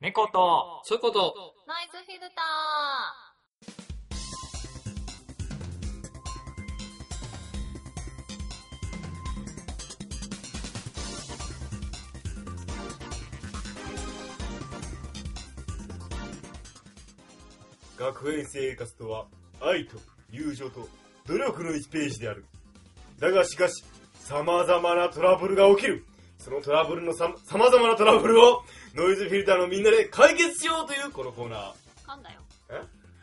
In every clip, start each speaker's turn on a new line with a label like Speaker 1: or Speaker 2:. Speaker 1: 猫と、
Speaker 2: そういうこと。
Speaker 3: ノイズフィルター
Speaker 4: 学園生活とは愛と友情と努力の1ページであるだがしかし様々なトラブルが起きるそのトラブルのさ様々なトラブルをノイズフィルターのみんなで解決しようというこのコーナ
Speaker 3: 噛んだよ。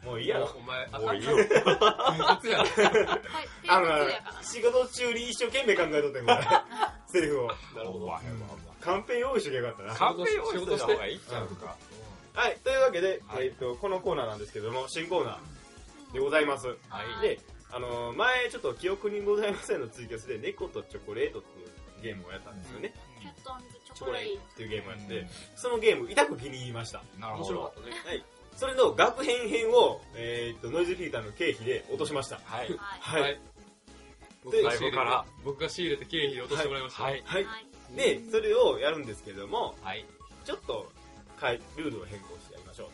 Speaker 4: ーもういい
Speaker 2: い
Speaker 4: やろ
Speaker 2: お前、あ
Speaker 4: も
Speaker 2: か
Speaker 4: うんいい
Speaker 2: な
Speaker 4: よ。
Speaker 2: こいつや。
Speaker 3: はい、っていう
Speaker 4: あ
Speaker 3: こ
Speaker 4: の
Speaker 3: と
Speaker 4: な
Speaker 3: やから。
Speaker 4: 仕事中に一生懸命考えとった よこれセリフを
Speaker 2: なるほど。
Speaker 1: わ
Speaker 4: カンペ用意しときゃよかったな
Speaker 1: カンペ用意しといた方がいい
Speaker 4: 仕事して
Speaker 1: ちゃんとか。
Speaker 4: はいというわけで、
Speaker 1: はい
Speaker 4: えっとこのコーナーなんですけども新コーナーでございます
Speaker 2: はい
Speaker 4: で、あのー前ちょっと記憶にございませんのツイキャスで猫とチョコレートっていうゲームをやったんですよね。
Speaker 3: キャットンズチ
Speaker 4: チ
Speaker 3: ョ
Speaker 4: ョコ
Speaker 3: コ
Speaker 4: レ
Speaker 3: レ
Speaker 4: ー
Speaker 3: ー
Speaker 4: トっていうゲームをやって、そのゲーム痛く気に入りました。
Speaker 1: なるほ
Speaker 2: 面白か
Speaker 1: ど
Speaker 2: っ。たね。
Speaker 4: はい。それの学編編を、えーっと、ノイズフィルターの経費で落としました。
Speaker 1: はい
Speaker 3: ト。。はい。
Speaker 4: はい。
Speaker 2: はい
Speaker 4: で
Speaker 2: 僕が
Speaker 1: ラ
Speaker 2: 仕入れ
Speaker 1: イブ
Speaker 2: て
Speaker 1: から
Speaker 2: 僕が仕入れて経費で落としてもらいました。
Speaker 1: はい。
Speaker 4: はい。
Speaker 3: はい。
Speaker 4: で、それをやるんですけども、
Speaker 1: はい。
Speaker 4: ちょっと変え、ルールを変更してやりましょ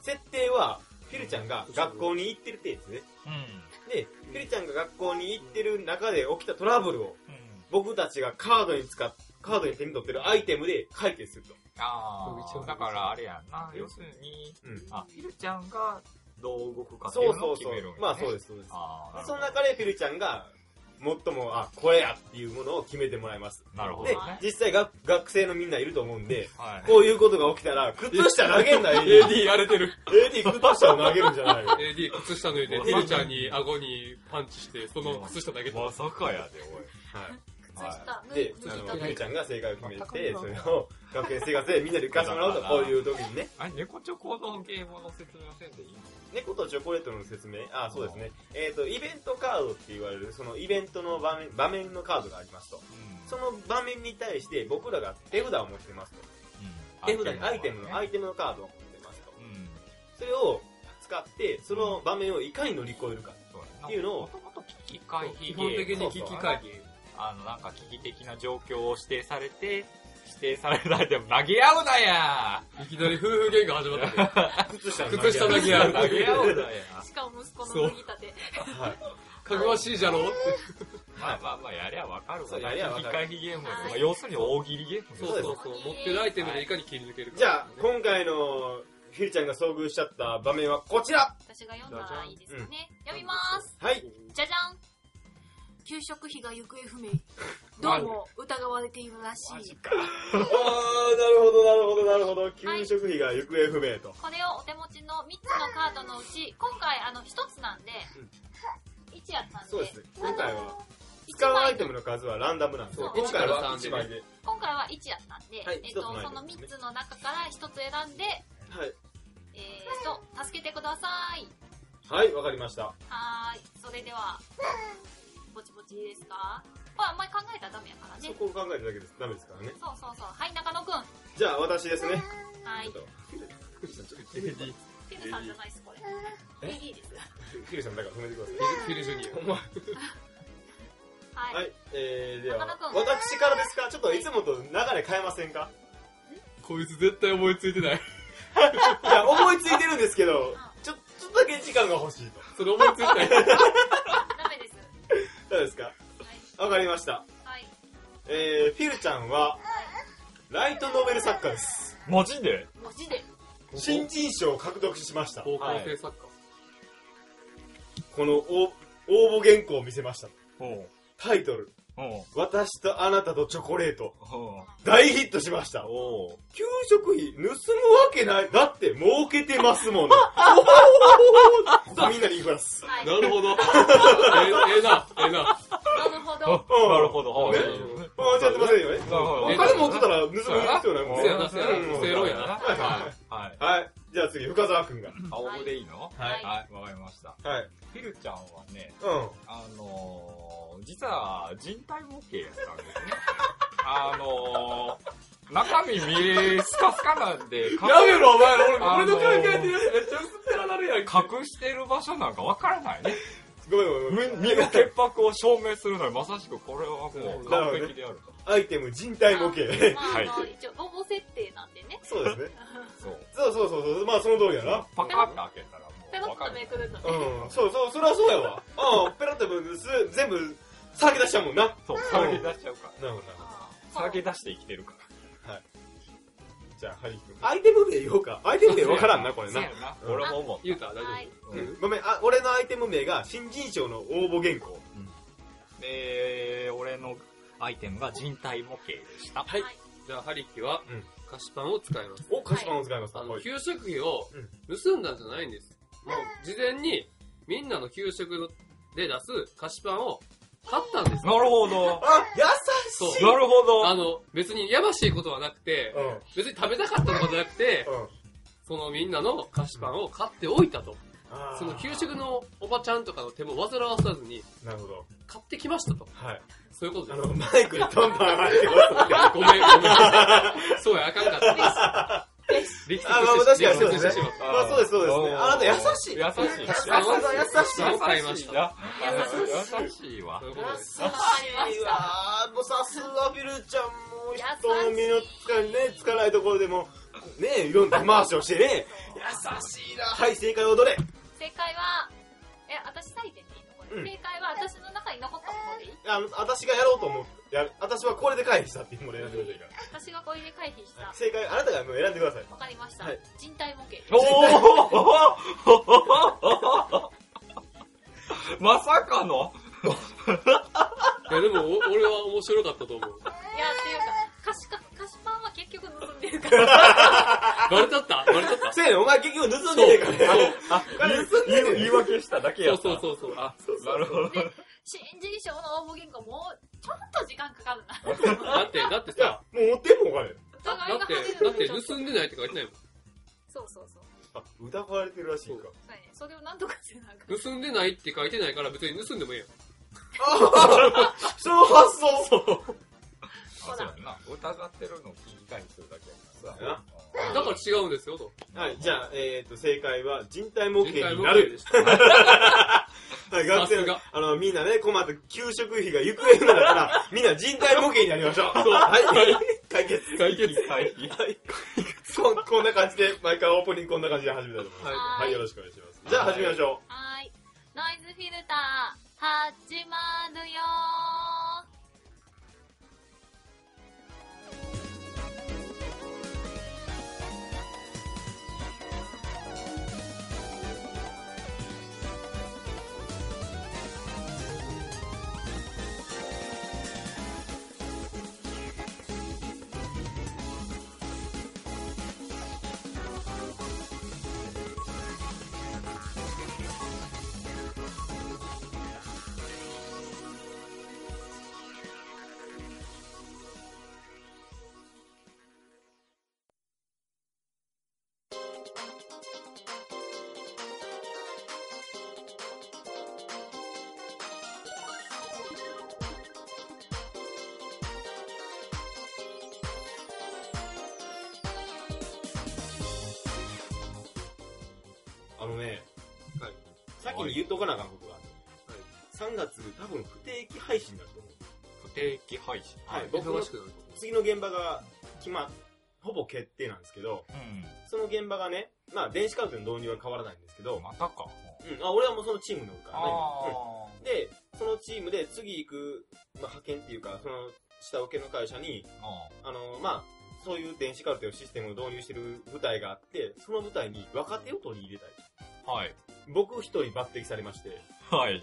Speaker 4: う。設定は、フィルちゃんが学校に行ってるってですね。
Speaker 1: うん。
Speaker 4: で、フィルちゃんが学校に行ってる中で起きたトラブルを、
Speaker 1: うん。
Speaker 4: 僕たちがカードに使っ、カードに手に取ってるアイテムで解決すると。
Speaker 1: ああ、だからあれやんな。
Speaker 4: うん
Speaker 1: 要するに、
Speaker 4: うん
Speaker 1: あ、フィルちゃんがどう動くかってい
Speaker 4: そうう
Speaker 1: の
Speaker 4: そ
Speaker 1: を
Speaker 4: う
Speaker 1: 決
Speaker 4: そ
Speaker 1: めるん
Speaker 4: う。まあそう
Speaker 1: す。
Speaker 4: です、そうです。
Speaker 1: ああ、なるほ
Speaker 4: そ
Speaker 1: ど
Speaker 4: の中でフィルちゃんが、最も、あ、これやっていうものを決めてもらいます。
Speaker 1: なるほど
Speaker 4: で
Speaker 1: ね。、
Speaker 4: 実際が学生のみんないると思うんで、
Speaker 1: はい。
Speaker 4: こういうことが起きたら、靴下投げんなよ。
Speaker 2: AD 荒れてる。
Speaker 4: AD 靴下を投げるんじゃないよ。
Speaker 2: AD 靴下脱いで、テルちゃんに顎にパンチして、その靴下投げた。
Speaker 1: まさかやで、
Speaker 4: は
Speaker 3: 靴下
Speaker 4: い。
Speaker 3: 脱い
Speaker 4: で
Speaker 3: で、、
Speaker 4: あ
Speaker 3: 脱い
Speaker 4: の、
Speaker 3: だ
Speaker 4: フィルちゃんが正解を決め
Speaker 1: 全
Speaker 4: て、
Speaker 1: く
Speaker 4: それを学園生活でみんなで活かしてもらうと、こういう時にね。
Speaker 1: おい。あれ、猫チョコのゲームの説明はせんでいいの
Speaker 4: 猫とチョコレートの説明、あ、そうですね。えっ、と、イベントカードって言われる、そのイベントの場面、場面のカードがありますと。その場面に対して僕らが手札を持ってますと。
Speaker 1: うん。
Speaker 4: 手札にアイテムの、ア
Speaker 1: イテ
Speaker 4: イテムのカードを持ってますと。
Speaker 1: ムはね。うん。
Speaker 4: それを使って、その場面をいかに乗り越えるか。
Speaker 1: そうやな
Speaker 4: っていうのを
Speaker 1: もともと危機回避ゲーム
Speaker 2: 基本的に危機回避。
Speaker 1: あの、なんか危機的な状況を指定されて、指定されたアイテム投げ合うなや
Speaker 2: いきなり夫婦喧嘩始まったね。
Speaker 4: 靴下
Speaker 2: 靴下だ
Speaker 1: 投
Speaker 2: け
Speaker 1: げ
Speaker 2: や
Speaker 1: 合
Speaker 2: る
Speaker 1: うなや
Speaker 3: しかも息子の脱ぎたて。
Speaker 4: はい。
Speaker 2: かぐわしいじゃろって。
Speaker 1: まあまあまあ、やりゃわかるわ。
Speaker 4: そうやりゃわか
Speaker 1: 危
Speaker 4: る
Speaker 1: 機回避ゲームや
Speaker 3: はい
Speaker 1: まあ要するに大喜利ゲーム
Speaker 2: そ
Speaker 1: や
Speaker 2: うそうそう。持ってるアイテムでいかに切り抜けるか。
Speaker 4: じゃあ、今回のフィルちゃんが遭遇しちゃった場面はこちら
Speaker 3: 私が読んだらいいですかね。読みます。
Speaker 4: はい。
Speaker 3: じゃじゃん。給食費が行方不明。どうも疑われているらしい。
Speaker 4: あー、なるほど、なるほど、なるほど。給食費が行方不明と。
Speaker 3: これをお手持ちの3つのカードのうち、今回あの1つなんで、1やったんで、
Speaker 4: そうですね。今回は、
Speaker 3: 1
Speaker 4: 使うアイ
Speaker 3: 枚
Speaker 4: テムの数はランダムなんです
Speaker 2: そう
Speaker 4: 今回
Speaker 2: 一から
Speaker 4: は
Speaker 2: 三で
Speaker 4: 1
Speaker 2: ね
Speaker 4: 枚で。
Speaker 3: 今回は1やったんで、
Speaker 4: はい
Speaker 3: えっと、
Speaker 4: 一つのアイテ
Speaker 3: そ
Speaker 4: ム
Speaker 3: の
Speaker 4: ですね
Speaker 3: 3つの中から1つ選んで、
Speaker 4: は
Speaker 3: えー、と、助けてください。
Speaker 4: い。はい、わかりました。
Speaker 3: はーい。それでは、ぼちぼちいいですかこれあんまり考えたらダメやから
Speaker 4: そ
Speaker 3: ね。
Speaker 4: こを考えただけです。ダメですからね。
Speaker 3: そうそうそう。はい、中野くん。は
Speaker 4: じゃあ、私ですね。
Speaker 3: い。
Speaker 4: ちょっと
Speaker 3: ピルさんじゃないっす、これ。
Speaker 4: え
Speaker 3: いいです。
Speaker 4: フィルちゃんだから止めてください。
Speaker 2: フィルジュニア。
Speaker 3: はい。
Speaker 4: はい、えー、では
Speaker 3: 中野、君
Speaker 4: 私からですかちょっといつもと流れ変えませんか
Speaker 2: こいつ絶対思いついてない。
Speaker 4: いや、思いついてるんですけど、ちょ、ちょっとだけ時間が欲しいと。
Speaker 2: それ思いついてない。
Speaker 3: ダメです。
Speaker 4: どうですか
Speaker 3: はい。
Speaker 4: わかりました。
Speaker 3: はい。
Speaker 4: えー、フィルちゃんは、ライトノベル作家です。
Speaker 1: マジで
Speaker 3: 文字で。
Speaker 4: 新人賞を獲得しました。
Speaker 2: 高校
Speaker 4: はい
Speaker 2: 生作家。
Speaker 4: この応応募原稿を見せました。
Speaker 1: おう
Speaker 4: タイトル、
Speaker 1: おう
Speaker 4: 私とあなたとチョコレート。
Speaker 1: おう
Speaker 4: 大ヒットしました。
Speaker 1: おう
Speaker 4: 給食費盗むわけない。だって儲けてますもの。さあみんなに言います。
Speaker 3: はい。
Speaker 2: なるほど。えええな、ええな。
Speaker 3: なるほど。
Speaker 1: おなるほど。
Speaker 4: ねあちょっと待ってよね。
Speaker 1: なるほど
Speaker 4: お金持ってたら盗む必要ないもん
Speaker 2: せやな、せやな。せやろやな。
Speaker 1: はい。はい。
Speaker 4: はい。じゃあ次、深澤くんが。
Speaker 1: 青でいいの
Speaker 3: はい
Speaker 1: はい、わかりました。
Speaker 4: はい。
Speaker 1: フィルちゃんはね、
Speaker 4: うん。
Speaker 1: あのー、実は人体模型やったんですね。あのー、中身見えスカスカなん で、隠
Speaker 2: やめろ、お前
Speaker 1: あ
Speaker 2: 俺、俺
Speaker 1: のー
Speaker 2: の考えてるやつめっちゃ薄っぺらなるやんけ。
Speaker 1: 隠してる場所なんかわからないね。
Speaker 4: ごめんごめんごめ
Speaker 1: 身
Speaker 4: ん。
Speaker 1: の潔白を証明するのに、まさしくこれはもう完璧であると。
Speaker 4: アイテム人体模型。
Speaker 3: まあ、あ
Speaker 1: は
Speaker 3: の、一応、応募設定なんでね。
Speaker 4: そうですね。そうそうそうそう、まあその通りやな。
Speaker 1: パカって開けたらもう。
Speaker 3: ペロッ
Speaker 1: わか
Speaker 3: と
Speaker 1: る
Speaker 3: めくるのね。
Speaker 4: うん、そうそう、そりゃそうやわ。うん、ペラってす全部、さらけ出しちゃうもんな。なる
Speaker 1: そう、さらけ出しちゃうか
Speaker 4: ほど、なるほ
Speaker 3: あ
Speaker 1: ら。
Speaker 3: ー
Speaker 1: さらけ出して生きてるから。
Speaker 4: ど。じゃあ、ハリー君。アイテム名言おうか。アイテム名わから んな、これな
Speaker 1: そう。やな
Speaker 4: うん
Speaker 1: 俺も思
Speaker 2: 言うたら大丈
Speaker 3: はい。
Speaker 1: う。
Speaker 4: う
Speaker 1: うん
Speaker 4: んごめん、あ、俺のアイテム名が、新人賞の応募原稿。
Speaker 1: で、俺のアイテムが人体模型でした。
Speaker 2: 夫。はい。じゃあ、ハリキは
Speaker 4: うん、
Speaker 2: 菓子パンを使います。
Speaker 4: お、菓子パンを使います。
Speaker 2: あ
Speaker 4: は
Speaker 2: の、
Speaker 4: い
Speaker 2: 給食費を盗んだんじゃないんです。もう、事前に、みんなの給食ので出す菓子パンを買ったんです。
Speaker 1: なるほど。
Speaker 4: あ、優
Speaker 2: そう
Speaker 4: しい
Speaker 1: なるほど。
Speaker 2: あの、別にやましいことはなくて
Speaker 4: う、ん、
Speaker 2: 別に食べたかったとかじゃなくて、
Speaker 4: うん。
Speaker 2: そのみんなの菓子パンを買っておいたと。
Speaker 4: あー
Speaker 2: その給食のおばちゃんとかの手も煩わさずに、
Speaker 4: なるほど。
Speaker 2: 買ってきましたと。
Speaker 4: はい。
Speaker 2: そういうこと
Speaker 4: あ
Speaker 2: です
Speaker 4: の、。マイクにどんどん上が ってます。
Speaker 2: ごめん、ごめん。そうや、あかんかったです。力
Speaker 4: あ、まあ確かにそう
Speaker 2: 力
Speaker 4: で
Speaker 2: 説
Speaker 4: す
Speaker 2: して
Speaker 4: ね
Speaker 2: しまった。。
Speaker 4: まあそうです、そうですね。
Speaker 1: おー
Speaker 4: あなた優しい。
Speaker 1: 優しい。
Speaker 4: 優しい。優しい。
Speaker 2: 何回言いました
Speaker 1: な
Speaker 3: 優
Speaker 1: 優しいわ
Speaker 2: そう。いうことです。
Speaker 3: わかりました。
Speaker 4: あーもうさすがビルちゃんも人の身のつか,、ね、つかないところでもねいろんな回しをしてね優しいなはい正解はどれ
Speaker 5: 正解は、え、私採点でいいのこれ、
Speaker 4: うん
Speaker 5: 正解は私の中に残ったものでいい
Speaker 4: あの私がやろうと思うや私はこれで回避したっていうものを選んでくださいか
Speaker 5: 私がこれで回避し
Speaker 4: ら、
Speaker 5: た。
Speaker 4: 正解あなたがもう選んでください
Speaker 5: わかりました。
Speaker 4: はい
Speaker 5: 人体模型。
Speaker 1: おおまさかの
Speaker 2: いや、でも、お俺は面白かったと思
Speaker 5: いや、っていう
Speaker 2: う。
Speaker 5: か、菓子か、菓子パンは結局盗んでるから。
Speaker 2: バレちゃったバレちゃった
Speaker 4: せやねんお前結局盗んでねえからね
Speaker 1: あ言い言い訳しただけ
Speaker 2: そ
Speaker 1: や
Speaker 2: う
Speaker 1: った
Speaker 2: そうそうそう。あ、
Speaker 1: なるほど
Speaker 5: 新人賞の応募原稿もう、ちょっと時間かかるな。
Speaker 2: だって、だって
Speaker 4: いや
Speaker 2: さ、
Speaker 4: もう持ってんもんお金
Speaker 5: 疑
Speaker 2: だ
Speaker 5: いが
Speaker 2: って
Speaker 5: 晴れ、
Speaker 2: だ
Speaker 5: る
Speaker 2: って
Speaker 5: のにちょ
Speaker 2: 盗
Speaker 5: っと
Speaker 2: んでないって書いてないも
Speaker 5: そうそうそう。
Speaker 4: あ疑われてるらしいか
Speaker 5: そうやね。それをなんとかせなあかん。
Speaker 2: ん。盗んでないって書いてないから別に盗んでもいいよ。
Speaker 4: あーその発想
Speaker 1: あそうやんな疑ってるのを聞き返するだけや
Speaker 4: そうやな
Speaker 2: だから違うんですよ、と。
Speaker 4: はいじゃあ、えー、と正解は人体模
Speaker 2: 人
Speaker 4: 型
Speaker 2: 体
Speaker 4: に
Speaker 2: 模
Speaker 4: な
Speaker 2: 型
Speaker 4: る
Speaker 2: でした。
Speaker 4: はい、学生
Speaker 2: さす
Speaker 4: の
Speaker 2: が、
Speaker 4: あの、みんなね、困って給食費が行方不明だから、みんな人体模型になりましょう。はい。解決。
Speaker 1: 解決回避
Speaker 4: はい。こんこんな感じで、毎回オープニングこんな感じで始めたいと思います。
Speaker 5: はい
Speaker 4: はい、よろしくお願いします。じゃあ始めましょ
Speaker 5: はーい。ノイズフィルター、始まるよ
Speaker 4: う。あのね、
Speaker 2: はい
Speaker 4: 先に言っとかなあかんことがある。
Speaker 2: はい
Speaker 4: 3月、多分不定期配信だと思う。
Speaker 1: 不定期配信
Speaker 4: はい僕の
Speaker 2: 忙しくなると
Speaker 4: 次の現場が決まっ、ほぼ決定なんですけど、
Speaker 1: うん
Speaker 4: その現場がね、まあ、電子カルテの導入は変わらないんですけど、
Speaker 1: またか
Speaker 4: うん、あ、俺はもうそのチームにおるからね。うん
Speaker 1: あ
Speaker 4: で、そのチームで次行く、まあ、派遣っていうか、その下請けの会社
Speaker 1: ー
Speaker 4: に、
Speaker 1: あ
Speaker 4: あの、まあ、そういう電子カルテのシステムを導入してる部隊があって、その部隊に若手を取り入れたい。
Speaker 1: ーはい
Speaker 4: 僕一人抜擢されまして。
Speaker 1: はい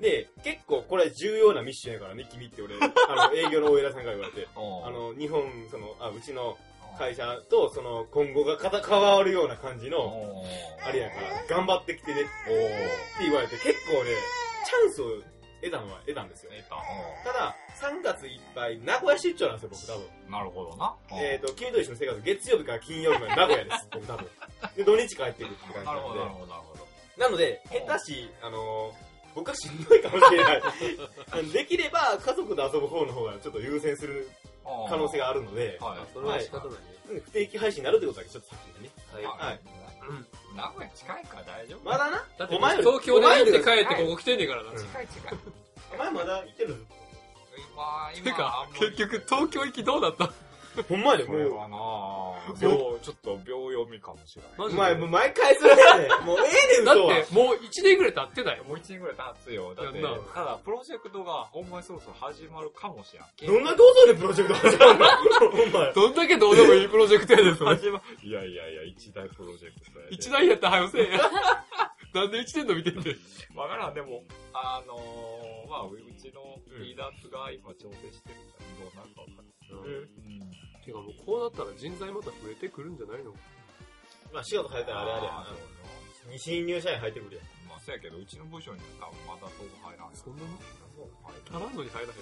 Speaker 4: で、結構これ重要なミッションやからね、君って俺、あの、営業の大江田さんから言われて、あ
Speaker 1: あ
Speaker 4: の、日本、その、あ、うちの会社と、その、今後が片変わるような感じの、
Speaker 1: おー
Speaker 4: あれやから、頑張ってきてね、
Speaker 1: おー
Speaker 4: って言われて、結構ね、チャンスを得たのは得たんですよ。
Speaker 1: えたお
Speaker 4: ただ、3月いっぱい、名古屋出張なんですよ、僕多分。
Speaker 1: ーなるほどなおー
Speaker 4: えっ、と、君と一緒の生活、月曜日から金曜日まで名古屋です、僕多分。で、土日帰ってくるって感じ
Speaker 1: な
Speaker 4: な
Speaker 1: る
Speaker 4: の
Speaker 1: ほど
Speaker 4: で
Speaker 1: なる。ほどなるほど
Speaker 4: なので、下手し、あのー僕はしんどいかもしれない。あ のできれば、家族と遊ぶ方の方がちょっと優先する
Speaker 1: あー
Speaker 4: 可能性があるので、
Speaker 1: はい
Speaker 2: あそれは仕方ないね。
Speaker 4: うん不定期配信になるってことだけちょっと先にね。
Speaker 2: はい
Speaker 4: はい。
Speaker 1: 名古屋近いから大丈夫。
Speaker 4: まだな、
Speaker 2: だって、
Speaker 4: お前より
Speaker 2: 東京で行って帰ってここ来てんねんからな。
Speaker 4: うん
Speaker 1: 近い近い。
Speaker 4: お前まだ行ってる
Speaker 1: 今、今、
Speaker 2: て
Speaker 1: あ
Speaker 2: か
Speaker 1: んまり
Speaker 2: 結局、東京行きどうだった
Speaker 4: ほんまよ、
Speaker 1: こ
Speaker 4: も
Speaker 1: れ
Speaker 4: う。
Speaker 1: はなぁ、秒ちょっと秒読みかもしれない。
Speaker 2: マ
Speaker 4: お
Speaker 2: ジ
Speaker 4: 前、
Speaker 2: で
Speaker 4: もう毎回それやね ん。もうええねん、
Speaker 2: だっ
Speaker 4: 嘘は。
Speaker 2: て、もう1年ぐらい経ってない。
Speaker 1: もう一年ぐらい経つよ。だって、
Speaker 2: やんな
Speaker 1: ただプロジェクトがほんまにそろそろ始まるかもしれんけ。
Speaker 4: どんな構造でプロジェクト始まるのお前。
Speaker 2: どんだけどうでもいいプロジェクトやねん、そ れ。
Speaker 1: 始まいやいやいや、一大プロジェクトやで。
Speaker 2: 一年やったら早よ せえや。なんで1年伸びてんねん。
Speaker 1: わからん、でも、あのー、まあ、うちのリーダーズが今調整してるから、どうなるかわかんない
Speaker 4: うん
Speaker 1: うん。
Speaker 2: てかもうこうなったら人材また増えてくるんじゃないの
Speaker 4: まあ、仕事変えたらあれあれや
Speaker 1: ーそうよ
Speaker 4: な。新入社員入ってくるやん。
Speaker 1: まあ、そうやけど、うちの部署には多分まだそう入らん。
Speaker 2: そんなの
Speaker 1: そう入らん。
Speaker 2: 足らんのに入らへんな。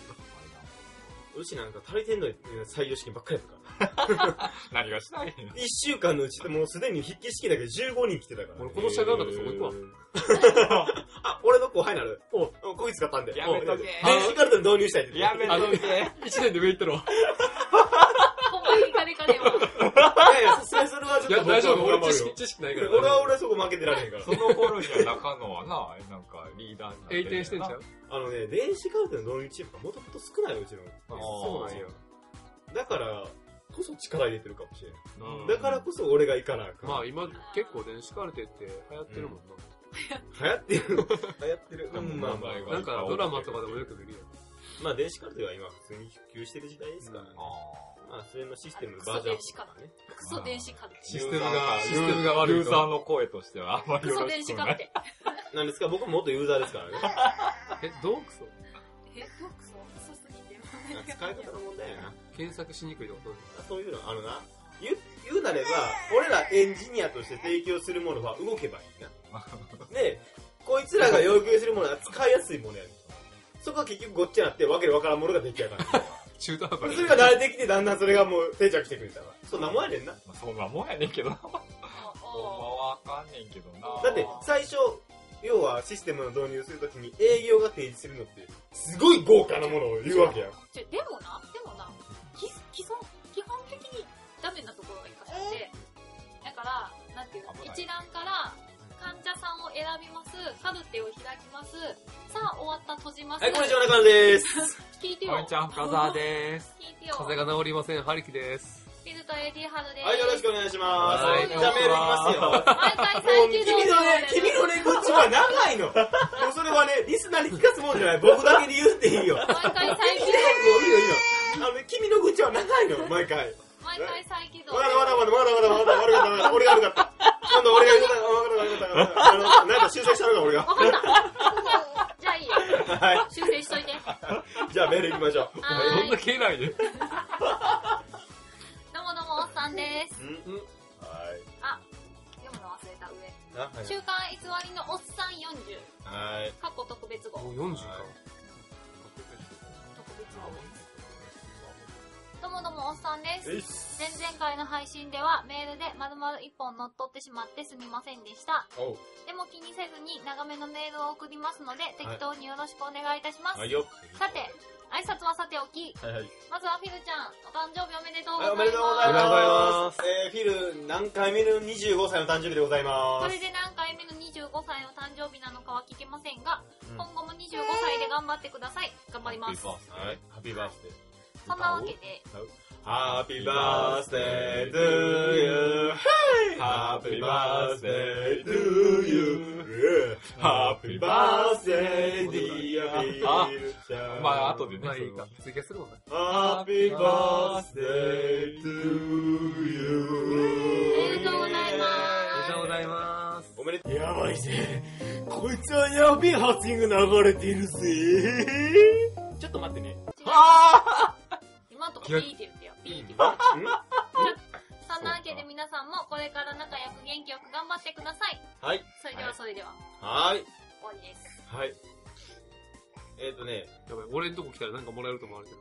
Speaker 4: うちなんか足りてんのに採用試験ばっかりやったから。
Speaker 1: 何がしたい
Speaker 4: 一週間のうちでもうすでに筆記試験だけで15人来てたからね、
Speaker 2: 俺この社会だとそこ行くわ。
Speaker 4: あ、俺の後輩なる。おう、こいつ買ったんで。
Speaker 1: やめとけ
Speaker 4: おう電子カルテの導入したいって。
Speaker 1: やめ
Speaker 2: あの、
Speaker 1: と
Speaker 2: 1
Speaker 1: け。
Speaker 2: 年で上行った ろ。
Speaker 5: ほんまにカレカレは。
Speaker 4: いやいや、さすがにそれはち
Speaker 2: い
Speaker 4: ょっと。
Speaker 2: や、大丈夫。
Speaker 4: 俺
Speaker 2: 俺
Speaker 4: は
Speaker 2: 知識、知識ないから。
Speaker 4: 俺は俺はそこ負けてられへんから
Speaker 1: そ。の頃には中野はな、なんかリーダーになって
Speaker 2: 栄転してんじゃん
Speaker 1: ん。
Speaker 4: あのね、電子カルテの導入チームがもともと少ないのうちの。
Speaker 1: あー
Speaker 2: そうなんや。
Speaker 4: だから、こそ力入れてるかもしれん。
Speaker 2: うん
Speaker 4: だからこそ俺が行かなあかん。
Speaker 2: まあ今結構電子カルテって流行ってるもん
Speaker 4: 流行ってる。流行ってる。
Speaker 1: う
Speaker 4: うんん、
Speaker 1: まあ
Speaker 4: まあ
Speaker 1: ま
Speaker 4: ま
Speaker 1: あ
Speaker 4: あ
Speaker 1: ま
Speaker 2: な。なんかドラマとかでもよく見るやん。
Speaker 4: まあ電子カルテが今普通に普及してる時代ですからね。
Speaker 1: あ
Speaker 4: まあそれのシステムのバージョンアップとかね。
Speaker 3: クソ電子カルテ。
Speaker 2: システム
Speaker 1: ユ
Speaker 2: が
Speaker 1: ーザー
Speaker 2: システムが悪いと
Speaker 1: ユーザーの声としてはあんまり
Speaker 3: ク
Speaker 1: よ
Speaker 3: ソ
Speaker 1: ろし
Speaker 3: 電子
Speaker 1: く
Speaker 3: カル
Speaker 1: ない。
Speaker 3: テ。
Speaker 4: なんですか僕元ユーザーですから ね。
Speaker 2: え、どうくそ
Speaker 3: え、どうクソクソすぎて。
Speaker 4: 使い方の問題やな。
Speaker 2: 検索しにくいってこと
Speaker 4: そういうの、あのな、言う、言うなれば、俺らエンジニアとして提供するものは動けばい いな。で、こいつらが要求するものは使いやすいものやねんそこは結局ごっちゃになって、わけでわからんものが出来上が る。
Speaker 2: 中途半端
Speaker 4: それが慣れてきて、だんだんそれがもう定着してくれたわ。そんなもんやねんな。
Speaker 1: まあそんなもんやねんけど。
Speaker 3: あ
Speaker 1: ほんま
Speaker 3: あ
Speaker 1: はあかんねんけどな。
Speaker 4: だって最初、要はシステムの導入するときに営業が提示するのって、すごい豪華なものを言うわけやん。
Speaker 3: ちょでもな、でもな、基基本、基本的にダメなところが一箇所で、だから、なんていうの
Speaker 1: 危、ない
Speaker 5: 一覧から患者さんを選びます、カルテを開きます、さあ終わった閉じます。
Speaker 4: はい、こんにちは、中野でーす。
Speaker 5: 聞いてよ
Speaker 1: こん。にちは、深澤でーす。
Speaker 5: 聞いてよ。
Speaker 2: 風が治りません、ハリキです。
Speaker 5: フィルと AD ハルです。
Speaker 4: はい、よろしくお願いします。
Speaker 2: はい
Speaker 4: じゃあメールいきますよ。
Speaker 5: 毎回最
Speaker 4: もう
Speaker 5: 終
Speaker 4: 君のね、君のね、こっちは長いの。もうそれはね、リスナーに聞かすもんじゃない。僕だけに言っていいよ。
Speaker 5: 毎回再起
Speaker 4: 君の
Speaker 5: 動
Speaker 4: ね、もういいよいいよ。あのね、君の愚痴は長いの、毎回。
Speaker 5: 毎回再起動
Speaker 4: わかったわかったわかったわかったわかった。俺が悪かった。今度俺が言うたわかったわかったわかった。あの、なんか修正したのか、俺が。
Speaker 5: わかった。じゃあいいよ。
Speaker 4: はい。
Speaker 5: 修正しといて。
Speaker 4: じゃあメール行きましょう。
Speaker 5: は
Speaker 2: ど
Speaker 5: ー
Speaker 2: ん
Speaker 5: い。
Speaker 2: な経内で
Speaker 5: どうもどうも、おっさんです。
Speaker 4: うんは
Speaker 5: あ、読むの忘れた上。
Speaker 4: い。な、はい。
Speaker 5: 週刊偽りのおっさん40、
Speaker 4: はい。
Speaker 5: 過去特別
Speaker 2: も
Speaker 5: 号、
Speaker 2: う40か。
Speaker 5: 特別号どうもどうもおっさんです。
Speaker 4: えいっ
Speaker 5: 前々回の配信ではメールで丸々一本乗っ取ってしまってすみませんでした。
Speaker 4: おう。
Speaker 5: でも気にせずに長めのメールを送りますので、適当によろしくお願いいたします。
Speaker 4: はいよ。
Speaker 5: さて、挨拶はさておき、
Speaker 4: はいはい。
Speaker 5: まずはフィルちゃん、お誕生日おめでとうご
Speaker 4: はい、
Speaker 5: ざい
Speaker 4: お
Speaker 5: ま
Speaker 4: め
Speaker 5: す。
Speaker 4: でとうございます。えー、フィル、何回
Speaker 2: おめでとうございま
Speaker 4: 目の25歳の誕生日でございま
Speaker 5: こ
Speaker 4: す
Speaker 5: れ。で何回目の25歳の誕生日なのかは聞けませんが、
Speaker 4: うん
Speaker 5: 今後も25歳で頑張ってください。頑張ります。
Speaker 4: はい、ハッピーバースデー。
Speaker 5: そんなわけで、
Speaker 4: ハッピーバースデー to you. ハッピーバースデー to you. ハッピーバースデー dear
Speaker 1: あ
Speaker 4: Phil ちゃん
Speaker 1: まあ後でね
Speaker 2: まあいいか。追加するもんな。
Speaker 4: Happy birthday to
Speaker 5: おめでとうござい
Speaker 4: you.
Speaker 2: おめでとう
Speaker 5: ま
Speaker 2: ございます。
Speaker 4: おめでとう。やばいぜ。こいつはやべえ発言が流れている ぜ。ちょっと待ってね。
Speaker 5: す。
Speaker 4: あ
Speaker 5: 今のとこピーって言ってよ。ピーって言って
Speaker 4: あ
Speaker 5: そんなわけで皆さんもこれから仲良く元気よく頑張ってください。
Speaker 4: はい。
Speaker 5: それではそれでは、
Speaker 4: はい。
Speaker 5: 終わりです。
Speaker 4: はい。えっ、ー、とね、
Speaker 2: やばい、俺んとこ来たらなんかもらえると思われて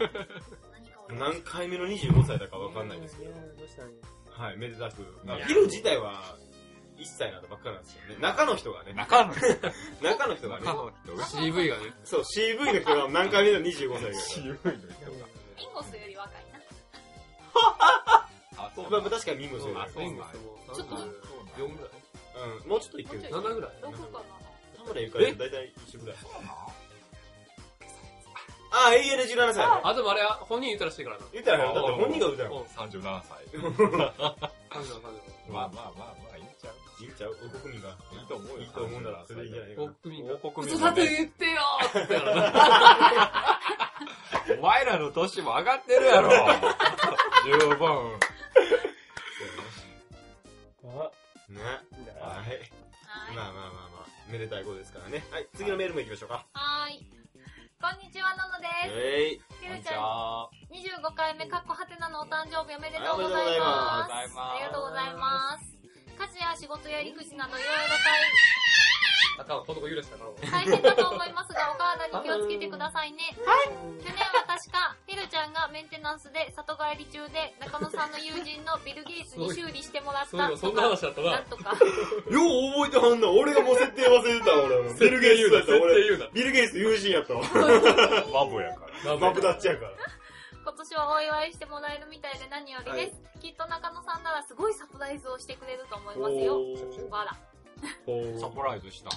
Speaker 2: る。
Speaker 5: 何か俺
Speaker 4: 何回目の25歳だかわかんないですけど、はい、めでたく。まあ、フィル自体は1歳などばっかなんですよね。中の人がね、
Speaker 1: 中野
Speaker 4: 中の人がね
Speaker 1: 中、野人が
Speaker 2: CV がね。
Speaker 4: そう、CV の人が何回目の25歳
Speaker 1: 渋いの人が。
Speaker 5: ミンゴスより若いな。
Speaker 1: あ、 そ
Speaker 4: が。
Speaker 1: うなん
Speaker 4: まあ、まあ
Speaker 1: だ。
Speaker 4: 確かにミモ
Speaker 2: そ
Speaker 4: スよ
Speaker 2: う
Speaker 4: り
Speaker 1: あ
Speaker 2: そうなんや
Speaker 5: ちょっと
Speaker 2: 4ぐらい。
Speaker 4: うん、もうちょっといってる。
Speaker 5: もうちょ
Speaker 2: 7ぐらい。
Speaker 5: 6かな
Speaker 4: 田村ゆかりと大体一緒ぐらい。
Speaker 1: そうなの
Speaker 4: ああ、永遠で17歳。
Speaker 2: あ、でもあれは本人言ったらしいからな。
Speaker 4: 言ったら、だって本人が歌う
Speaker 2: う
Speaker 4: の。
Speaker 2: ん、
Speaker 1: 37歳。
Speaker 2: 感じだ感じ
Speaker 1: まあまあまあまあ、いいんちゃう
Speaker 4: 言っちゃう王国民が。
Speaker 1: いいと思うよ。
Speaker 4: いいと思うんだら、それでいいんじゃないか
Speaker 2: だ。
Speaker 4: な。
Speaker 2: 国民が。
Speaker 1: 王国
Speaker 2: 嘘
Speaker 1: 民
Speaker 2: だ
Speaker 1: が
Speaker 2: と
Speaker 1: ね
Speaker 2: 言ってよーって言ったからな。
Speaker 1: お前らの年も上がってるやろ。 十分。
Speaker 5: はい。
Speaker 4: ね。はい。まあまあまあまあ、めでたいことですからね。はい、次のメールも行きましょうか。
Speaker 5: はーい。こんにちは、なのです。
Speaker 4: えい。
Speaker 5: ゆるちゃん、
Speaker 1: は。
Speaker 5: 25回目、かっこはてなのお誕生日おめでとうござ
Speaker 4: おめでとうござ
Speaker 5: い
Speaker 4: い
Speaker 5: ま。
Speaker 4: ます
Speaker 1: す
Speaker 5: ありがとうございます。家事や仕事や育児などいろいろ
Speaker 2: あかん、この子許したか
Speaker 5: 大
Speaker 2: ら。
Speaker 5: 大変だと思いますが、お体に気をつけてくださいね。去年は確か、ひるちゃんがメンテナンスで里帰り中で、中野さんの友人のビル・ゲイツに修理してもらっ
Speaker 2: そういえ
Speaker 5: た
Speaker 2: ば、そ
Speaker 5: と
Speaker 2: んな
Speaker 5: か、
Speaker 2: 話だった
Speaker 5: な
Speaker 2: な。
Speaker 5: んとか。
Speaker 4: よう覚えてはんな。俺がもう設定忘れて た、俺。ビル・ゲイツだった、
Speaker 2: 絶対
Speaker 4: 俺。
Speaker 2: 言うな。
Speaker 4: ビル・ゲイツ友人やったわ。
Speaker 1: マブやから。
Speaker 4: マブダッチやから。
Speaker 5: 今年はお祝いしてもらえるみたいで何よりです、きっと中野さんならすごいサプライズをしてくれると思いますよ
Speaker 4: おー
Speaker 5: わら
Speaker 4: ほ
Speaker 1: サプライズした。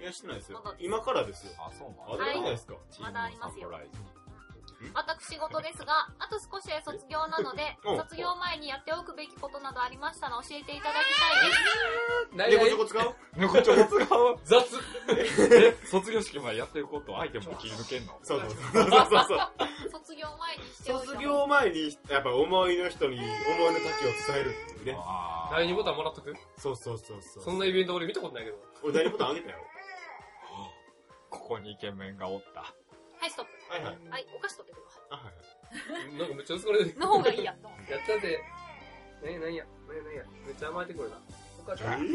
Speaker 4: いや、してないですよ。今からですよ。
Speaker 1: あ、そう
Speaker 4: あ、
Speaker 1: な
Speaker 4: で
Speaker 1: んだ
Speaker 5: は
Speaker 4: もないですか。
Speaker 1: チーム
Speaker 5: まだあ
Speaker 1: の
Speaker 5: りますよ
Speaker 1: サプライズ
Speaker 5: 私事ですがあと少しで卒業なので
Speaker 4: うん
Speaker 5: 卒業前にやっておくべきことなどありましたら教えていただきたいです
Speaker 2: ないな
Speaker 4: 猫
Speaker 2: い
Speaker 4: ちょこ使おう
Speaker 1: 猫ちょこ使う
Speaker 2: 雑。
Speaker 1: え、卒業式前やってることアイテムを切り抜けんの
Speaker 4: そうそうそうそうそう。
Speaker 5: 卒業前にしておい た
Speaker 4: 卒業前に、やっぱ思いの人に思いの丈を伝えるっていうね。
Speaker 1: あー
Speaker 2: 第二ボタンもらっとく
Speaker 4: そうそうそうそう。
Speaker 2: そんなイベント俺見たことないけど。
Speaker 4: 俺第二ボタンあげたよ。
Speaker 1: ここにイケメンがおった。
Speaker 5: はいストッ
Speaker 4: はいはい。
Speaker 5: プはいお菓子取ってくるわ
Speaker 4: あ、はい。
Speaker 2: なんかめっちゃ疲れてる。
Speaker 5: の方がいいやと思って
Speaker 2: やったぜ。ねえ、なんや、なんや、なんや。めっちゃ甘えてくるな。お母ちゃん。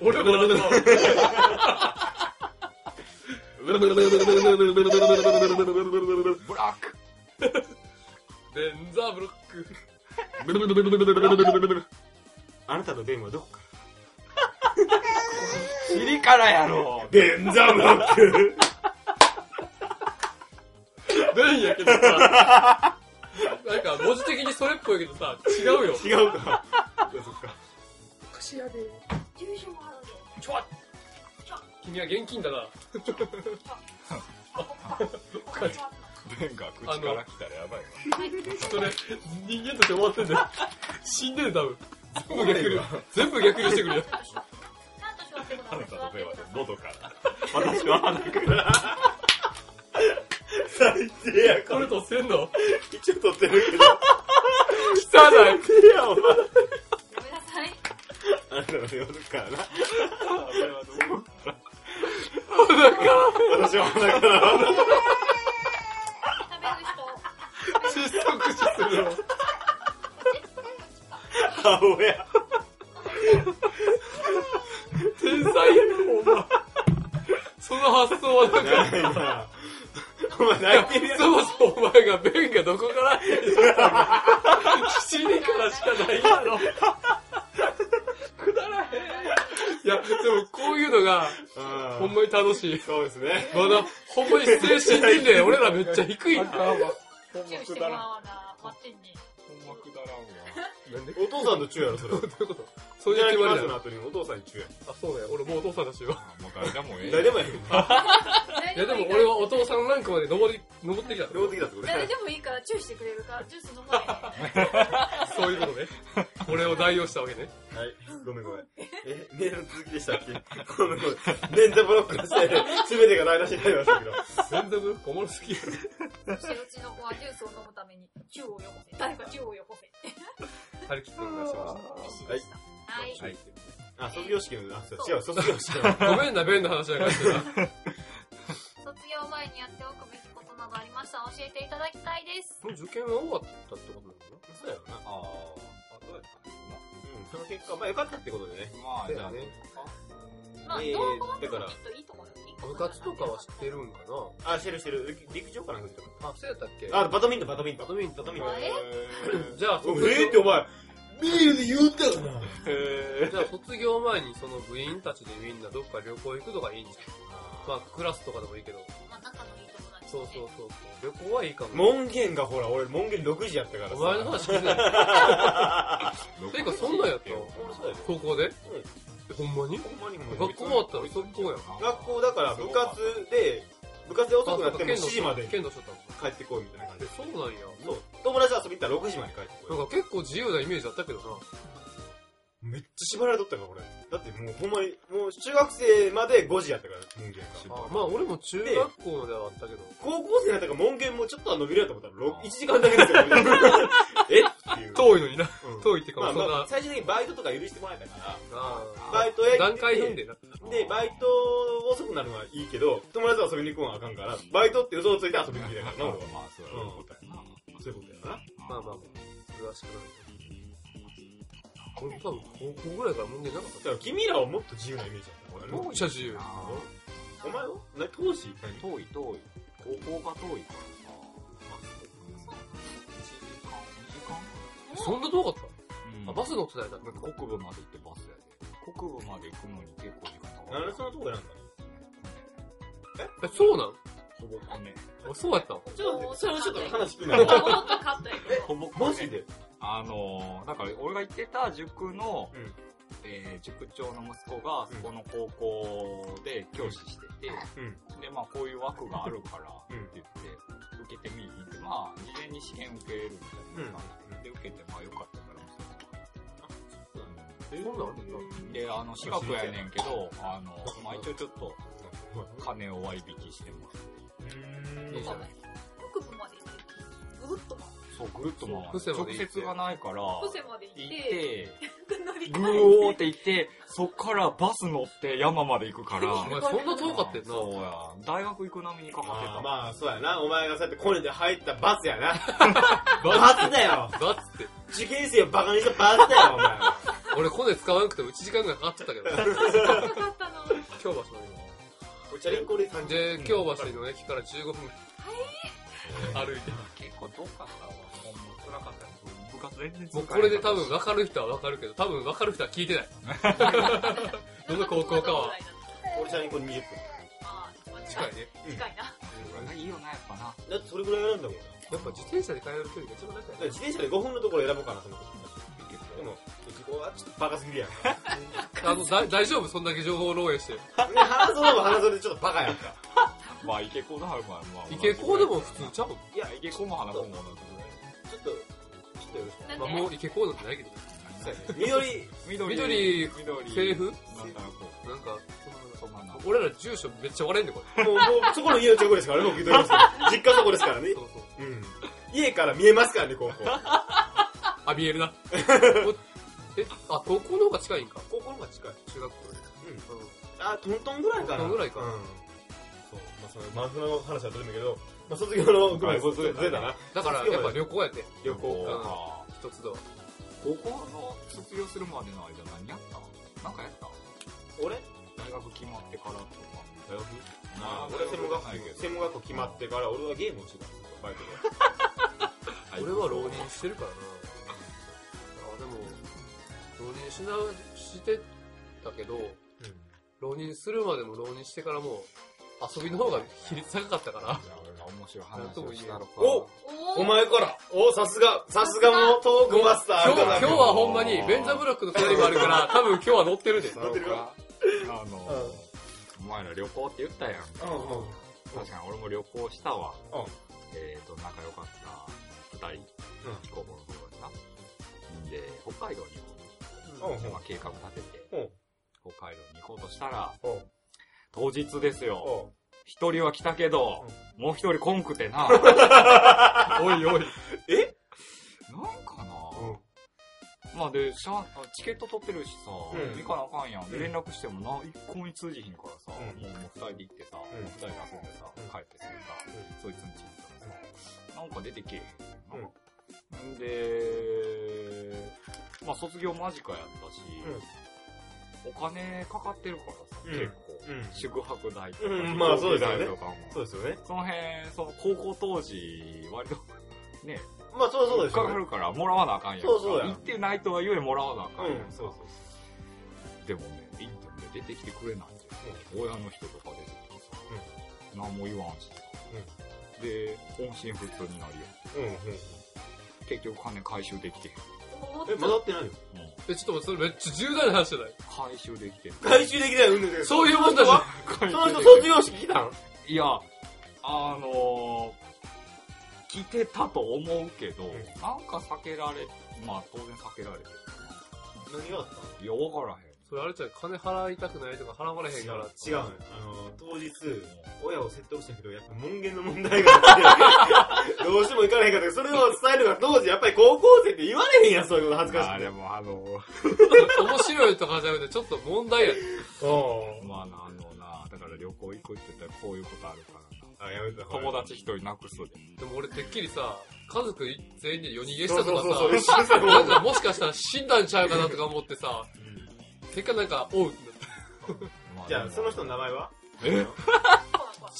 Speaker 2: 俺もらった。
Speaker 1: ブラック
Speaker 2: デンザーブロック。
Speaker 4: あなたの電話どこか
Speaker 1: 尻からやろ
Speaker 4: デンザブロック
Speaker 2: なんやけどさ。なんか文字的にそれっぽいけどさ、違うよ。
Speaker 4: 違うか。そうそっか。
Speaker 5: 住所もあるで
Speaker 2: ちょわ君は現金だな。
Speaker 5: お菓子は
Speaker 1: ベンが口から来たらやばいわ。
Speaker 2: それ、人間として終わってんだよ。死んでる多分。全
Speaker 1: 怖
Speaker 2: 部逆
Speaker 1: い
Speaker 2: 流
Speaker 1: わ。
Speaker 2: 全部逆流してく るよ。
Speaker 5: ちゃんと座ってくだ
Speaker 1: あ
Speaker 5: さ
Speaker 1: ないた
Speaker 5: 座
Speaker 1: の
Speaker 5: って
Speaker 1: ベンは
Speaker 5: ください
Speaker 1: 喉から。
Speaker 4: 私は鼻から。最低や、こ
Speaker 2: これとせんの
Speaker 4: れ一応撮ってるけど。
Speaker 2: 汚い。
Speaker 4: いや、お
Speaker 5: ご
Speaker 4: 前。
Speaker 5: めんなさい
Speaker 4: あなたの電話どこからな。私は鼻から。
Speaker 5: 食べる人
Speaker 2: 窒息死するよ。
Speaker 4: 顔や。
Speaker 2: 天才やろ、お前。その発想はなんか、
Speaker 4: ないな。お前泣いてるやん。
Speaker 2: そもそもお前が弁がどこから入ってきたの七里からしかないやろ。くだらへん。いや、でもこういうのが、
Speaker 4: うん
Speaker 2: ほんまに楽しい。
Speaker 4: そうですね。
Speaker 2: まだ、ほんまに精神年齢俺らめっちゃ低い。
Speaker 5: 注意してもらわなこっちに
Speaker 1: ほんまくだらんわ。
Speaker 4: お父さんとチューやろ、それ。
Speaker 2: どういうことそう
Speaker 4: い
Speaker 2: い
Speaker 4: ただ
Speaker 2: う決
Speaker 4: きま
Speaker 2: まり
Speaker 4: す
Speaker 2: だ
Speaker 4: の
Speaker 2: よ。
Speaker 4: 後にお父さんにチューや。
Speaker 2: あ、そうだよ。俺もうお父さんだしよ。
Speaker 1: もう 誰でもええ。
Speaker 4: 誰でもいい。
Speaker 2: いやでも俺はお父さんランクまで登り、登ってきた。
Speaker 4: 両的だってこれ。
Speaker 5: 誰でもいいからチューしてくれるからジュース飲まないね
Speaker 2: そういうことね。俺を代用したわけね。
Speaker 4: はい、ごめんご めん。え、メールの続きでしたっけ ごめんごめん。連打ブロックのせいで、 すべてが台無しになりましたけど。
Speaker 2: 全然小物好きやろ。
Speaker 5: そしてうちの子はジュースを飲むためにチューをよこせ誰かチューをよこせ
Speaker 2: 張り切ってお願いしま
Speaker 4: はい。
Speaker 5: はい
Speaker 1: はい。
Speaker 4: あ、卒業式の、あ、 そう違う、卒業式の。
Speaker 2: す。ごめんな、弁の話 は返してな。
Speaker 5: 卒業前にやっておくべきことなどありましたら教えていただきたいです
Speaker 2: もう受験は終わったってことなのかな
Speaker 4: そうやろ
Speaker 1: あ
Speaker 4: な。
Speaker 1: ーあ、どうやった
Speaker 4: うん、その結果、まあよかったってことでね。
Speaker 1: まあ、じゃあ
Speaker 2: そう
Speaker 1: ね
Speaker 2: や。
Speaker 5: まあ
Speaker 4: えー
Speaker 5: 動画は
Speaker 4: だから
Speaker 5: きっといいと思うよ
Speaker 2: 部活とかは知ってるんか
Speaker 4: あ、してるしてる。陸上かなんかしてる
Speaker 2: なあ、そうやったっけ
Speaker 4: あ、バドミントン、バドミント
Speaker 2: バ
Speaker 4: ン。
Speaker 2: ドミント
Speaker 4: バ
Speaker 2: ン。
Speaker 4: ドミン
Speaker 5: トンえ
Speaker 2: じゃあ、
Speaker 4: ト
Speaker 2: 卒
Speaker 4: ン。えーって
Speaker 2: 業
Speaker 4: お前、メールで言うんだよな。
Speaker 1: へ
Speaker 2: じゃあ卒業前にその部員たちでみんなどっか旅行行くとかいいんじゃん。まあ、クラスとかでもいいけど。
Speaker 5: まあ仲のいい友達
Speaker 2: そうそうそうそう。旅行はいいかも。
Speaker 4: 門限がほら、俺門限6時やったから
Speaker 2: お前の
Speaker 4: さ。
Speaker 2: 話 聞いてない。てか、そんなんやった
Speaker 4: 俺そうやで
Speaker 2: 高校でほんまに
Speaker 4: ほんまにもう
Speaker 2: 学校もあったら速攻やん。
Speaker 4: 学校だから部活で、部活で遅くなっても7時まで
Speaker 2: 剣道しとったの
Speaker 4: 帰ってこいみたいな感じ
Speaker 2: え
Speaker 4: で。
Speaker 2: そうなんや。
Speaker 4: そう。友達と遊び行ったら6時まで帰ってこ。
Speaker 2: ないんか結構自由なイメージあったけどな。
Speaker 4: めっちゃ縛られとったから俺。だってもうほんまに、もう中学生まで5時やったから、門限が。
Speaker 2: あまあ俺も中学校まではあったけど。
Speaker 4: 高校生になったから門限もちょっとは伸びるやと思ったら、ろ1時間だけですよ。 えっていう。
Speaker 2: 遠いのにな。
Speaker 4: うん
Speaker 2: 遠いってか
Speaker 4: ま
Speaker 2: も
Speaker 4: あ
Speaker 2: うそん
Speaker 4: まあ
Speaker 2: な、。
Speaker 4: 最終的にバイトとか許してもらえたから、
Speaker 2: あ
Speaker 4: バイトへ。
Speaker 2: ー段階踏んでな。
Speaker 4: で、バイト遅くなるのはいいけど、友達と遊びに行くのはあかんから、バイトって嘘をついて遊びに行きたいからな、俺は。
Speaker 1: まあ、そういうことやな。
Speaker 4: そういうことやな。
Speaker 2: まあまあまあ、詳しくない。俺多分高校ぐらいから問題なか
Speaker 4: だ
Speaker 2: っ
Speaker 4: か
Speaker 2: た
Speaker 4: ら君らはもっと自由なイメージだった。
Speaker 2: めっちゃ自由。
Speaker 4: お前はな当時何
Speaker 1: 遠い遠い。高校が遠いからさ。1時間、
Speaker 2: そんな遠かった、
Speaker 1: 2時間
Speaker 2: あ、バス乗ってたやつだった。
Speaker 1: 国部まで行ってバスやで。国部まで行くのに結構時間かか
Speaker 4: 何
Speaker 1: る
Speaker 4: で。そのとこ選んだ
Speaker 2: え、そうなん
Speaker 1: ほぼ米。
Speaker 2: あそうやったん
Speaker 4: ちょっと待って、それはちょっと話聞くな。
Speaker 3: と思ったかったよ。
Speaker 1: ほぼ米
Speaker 4: マジで
Speaker 1: あのー、だから俺が行ってた塾の、
Speaker 4: うん
Speaker 1: えー塾長の息子が、そこの高校で教師してて、で、まあこういう枠があるから
Speaker 4: うん
Speaker 1: って言って、受けてみいひんって、まあ事前に試験受けるみたいな感じで、で受けてまあよかったから、その
Speaker 2: そんなんあんねんな。
Speaker 1: で、あの、資格やねんけど、あの、まあ一応ちょっと、金を割引してもら
Speaker 2: いいじゃない。
Speaker 3: 北部まで行って、ぐるっと回って、
Speaker 1: う。そう、ぐるっと回
Speaker 2: そう
Speaker 1: 直接がないから、
Speaker 3: 個
Speaker 1: 行
Speaker 3: 性まで行っ、
Speaker 1: ってて、
Speaker 3: 乗り
Speaker 1: ぐ
Speaker 3: 換
Speaker 1: おーって行って、そっからバス乗って山まで行くから。
Speaker 2: お前そんな遠かったよな。
Speaker 1: そうや。大学行く波にかかって
Speaker 4: あ
Speaker 1: た。
Speaker 4: ーまあ、そうやな。お前がそうやってこねて入ったバツ やな。
Speaker 2: バ
Speaker 4: バツだよ
Speaker 2: ツバツって。
Speaker 4: 受験生をバカにしたバツだよ、お前。
Speaker 2: 俺コネ使わなくても1時間ぐらいかかっちゃったけど。
Speaker 3: えたかったの。
Speaker 2: 京橋ま
Speaker 4: おチャリンコで30
Speaker 2: で。で、京橋の駅から15分歩 いて。
Speaker 1: 結構遠かったわ。ほんま辛かったよ部活全然辛
Speaker 2: もう
Speaker 1: かった
Speaker 2: これで多分分かる人は分かるけど、多分分かる人は聞いて ない。どの高校かは
Speaker 4: 俺チャリンコで20分。
Speaker 3: あー一番近
Speaker 2: 近い
Speaker 3: い。
Speaker 2: ね。
Speaker 3: 近いな。
Speaker 1: いいよな、やっぱな。
Speaker 4: だってそれぐらい選んだもんな。
Speaker 2: やっぱ自転車で通える距離が一番長い
Speaker 4: だから自転車で5分のところ選ぼうかなと思って。でも、自己はちょっとバカすぎるやん。
Speaker 2: あの、だ大丈夫そんだけ情報漏洩して。
Speaker 4: 花園も花園でちょっとバカやんか。
Speaker 1: まあ、池子の春まあ、まあ。
Speaker 2: 池高でも普通ちゃう
Speaker 1: いや、池子も花子も同じ
Speaker 4: ちょっと、ちょっとよろし
Speaker 3: なん
Speaker 2: まあ
Speaker 3: で
Speaker 2: もう池高なんてないけど。
Speaker 1: ぐらい。
Speaker 4: く。緑、
Speaker 1: 緑、
Speaker 2: 緑
Speaker 1: 緑、
Speaker 2: 制服
Speaker 1: なんだろう、こ
Speaker 2: なんか、
Speaker 1: う、そんなの。
Speaker 2: 俺ら住所めっちゃ笑えんでこれ。
Speaker 4: もう、もう、そこの家の近くですからね、僕、ます実家そこですからね
Speaker 2: そ。う
Speaker 4: う
Speaker 2: そう。
Speaker 4: ん。家から見えますからね、高校。
Speaker 2: あ、見 えるな。おえ、あ、高校の方が近いんか。
Speaker 4: 高校の方が近い。
Speaker 2: 中学校で。
Speaker 4: あ、トントンぐらいかな。
Speaker 2: トントンぐらいか
Speaker 4: うん。そう。まあ、その、マフラの話はどうでもいいけど、まあ、卒業の、ごめん、卒業出たな。
Speaker 2: だから、やっぱ旅行やね。
Speaker 4: 旅行
Speaker 2: か
Speaker 4: か。
Speaker 2: 一つだわ。
Speaker 1: 高校の卒業するまでの間何やったなんかやった
Speaker 4: 俺
Speaker 1: 大学決まってからとか。
Speaker 4: 大学あ俺は専門学校、専門学校決まってから、俺はゲームをしてたんですよ、バイトで。
Speaker 1: はい
Speaker 2: 俺は浪人してるからな。あ、でも、浪人しな、してたけど、浪人するまでも浪人してからもう、遊びの方が比率高かったから。
Speaker 1: じゃあ俺が面白い話をしたのか。
Speaker 4: お
Speaker 3: お
Speaker 4: お
Speaker 3: ー
Speaker 4: 前からおさすが、さすがもうトークマスターあ
Speaker 2: 今
Speaker 4: る
Speaker 2: 日
Speaker 4: か
Speaker 2: は
Speaker 4: な。
Speaker 2: 今日はほんまに、ベンザブロックの隣もある から、多分今日は乗ってるで。
Speaker 1: なの
Speaker 4: ってる
Speaker 1: か。あの、お前ら旅行って言ったやん。
Speaker 4: うんうん。
Speaker 1: 確かに俺も旅行したわ。
Speaker 4: うん
Speaker 1: えっと、仲良かった二人、
Speaker 4: うん
Speaker 1: 飛行機の頃かな。で、北海道に行こう
Speaker 4: うん
Speaker 1: まあ計画立てて、
Speaker 4: うん
Speaker 1: 北海道に行こうとしたら、
Speaker 4: うん
Speaker 1: 当日ですよ。
Speaker 4: お
Speaker 1: 一人は来たけど、もう一人こんくて な。
Speaker 2: おいおい。
Speaker 1: なんかな、
Speaker 4: うん
Speaker 1: まあで、しゃあチケット取ってるしさ、
Speaker 4: うん
Speaker 1: 行かなあかんやん。で
Speaker 4: う
Speaker 1: 連
Speaker 4: ん
Speaker 1: 絡してもな、一向に通じひんからさ、
Speaker 4: うん
Speaker 1: もう二人で行ってさ、
Speaker 4: うん
Speaker 1: 二人で遊んでさ、帰ってすぐさ、そいつんち行ったらさ、なんか出てけえへんな。ん、で、まあ卒業間近やったし、お金かかってるからさ、
Speaker 4: うん
Speaker 1: 結構、
Speaker 4: うん
Speaker 1: 宿泊代とか、
Speaker 4: うんまあそうですよ
Speaker 1: 飛
Speaker 4: ね
Speaker 1: 行機代とかも。
Speaker 4: そうですよね。
Speaker 1: その辺、その高校当時、割と、ね、
Speaker 4: まあ、そうそうです
Speaker 1: 引っか
Speaker 4: よ
Speaker 1: か
Speaker 4: ね。
Speaker 1: るからもらわなあかんやんか
Speaker 4: そうそうや
Speaker 1: 行ってないとは言えもらわなあかんやんか、
Speaker 4: うんそうそう
Speaker 1: でもね行ってもね出てきてくれないんですよ、親の人とか出てきてさ、何も言わんしさ、で、音信不通になるよ。
Speaker 4: うんうん。
Speaker 1: 結局金回収できてへん。
Speaker 4: え、戻ってないの
Speaker 2: え、ちょっと待って、それめっちゃ重大な話じゃない
Speaker 1: 回収できてる。
Speaker 4: 回収できない運で。
Speaker 2: そういうもんだし
Speaker 4: は
Speaker 1: 回
Speaker 4: そ
Speaker 1: 収
Speaker 4: の
Speaker 1: で
Speaker 4: 人
Speaker 1: き
Speaker 4: 卒
Speaker 1: てる
Speaker 4: 業式来たん
Speaker 1: いや、あのー、来てたと思うけど、
Speaker 4: ん
Speaker 1: なんか避けられ、まあ当然避けられてる。
Speaker 4: 何があっ
Speaker 1: いや、わから
Speaker 2: それあれじゃん、金払いたくないとか払われへんか
Speaker 4: 違
Speaker 2: ら。
Speaker 4: うのよ。あの、当日、親を説得したけど、やっぱ門限の問題があって、どうしても行かれへんかったけどそれを伝えるのが当時、やっぱり高校生って言われへんやん、そういうこと恥ず
Speaker 1: へん。
Speaker 4: か
Speaker 1: まあ
Speaker 4: しい。
Speaker 1: でもあの
Speaker 2: 面白いとかじゃなくて、ちょっと問題やね
Speaker 4: うん
Speaker 1: まあな、あのな、だから旅行行くって言ったらこういうことあるから
Speaker 4: あ、やめた
Speaker 1: な。友達一人なくすで。
Speaker 2: でも俺てっきりさ、家族全員で夜逃げし
Speaker 4: そう
Speaker 2: た
Speaker 4: そ
Speaker 2: と
Speaker 4: う
Speaker 2: か
Speaker 4: そうそう、
Speaker 2: さ、
Speaker 4: 一緒にさ、
Speaker 2: なんかもしかしたら死んだんちゃうかなとか思ってさ、結果なんか、おう、
Speaker 1: ま
Speaker 4: じゃあ、その人の名前は
Speaker 1: え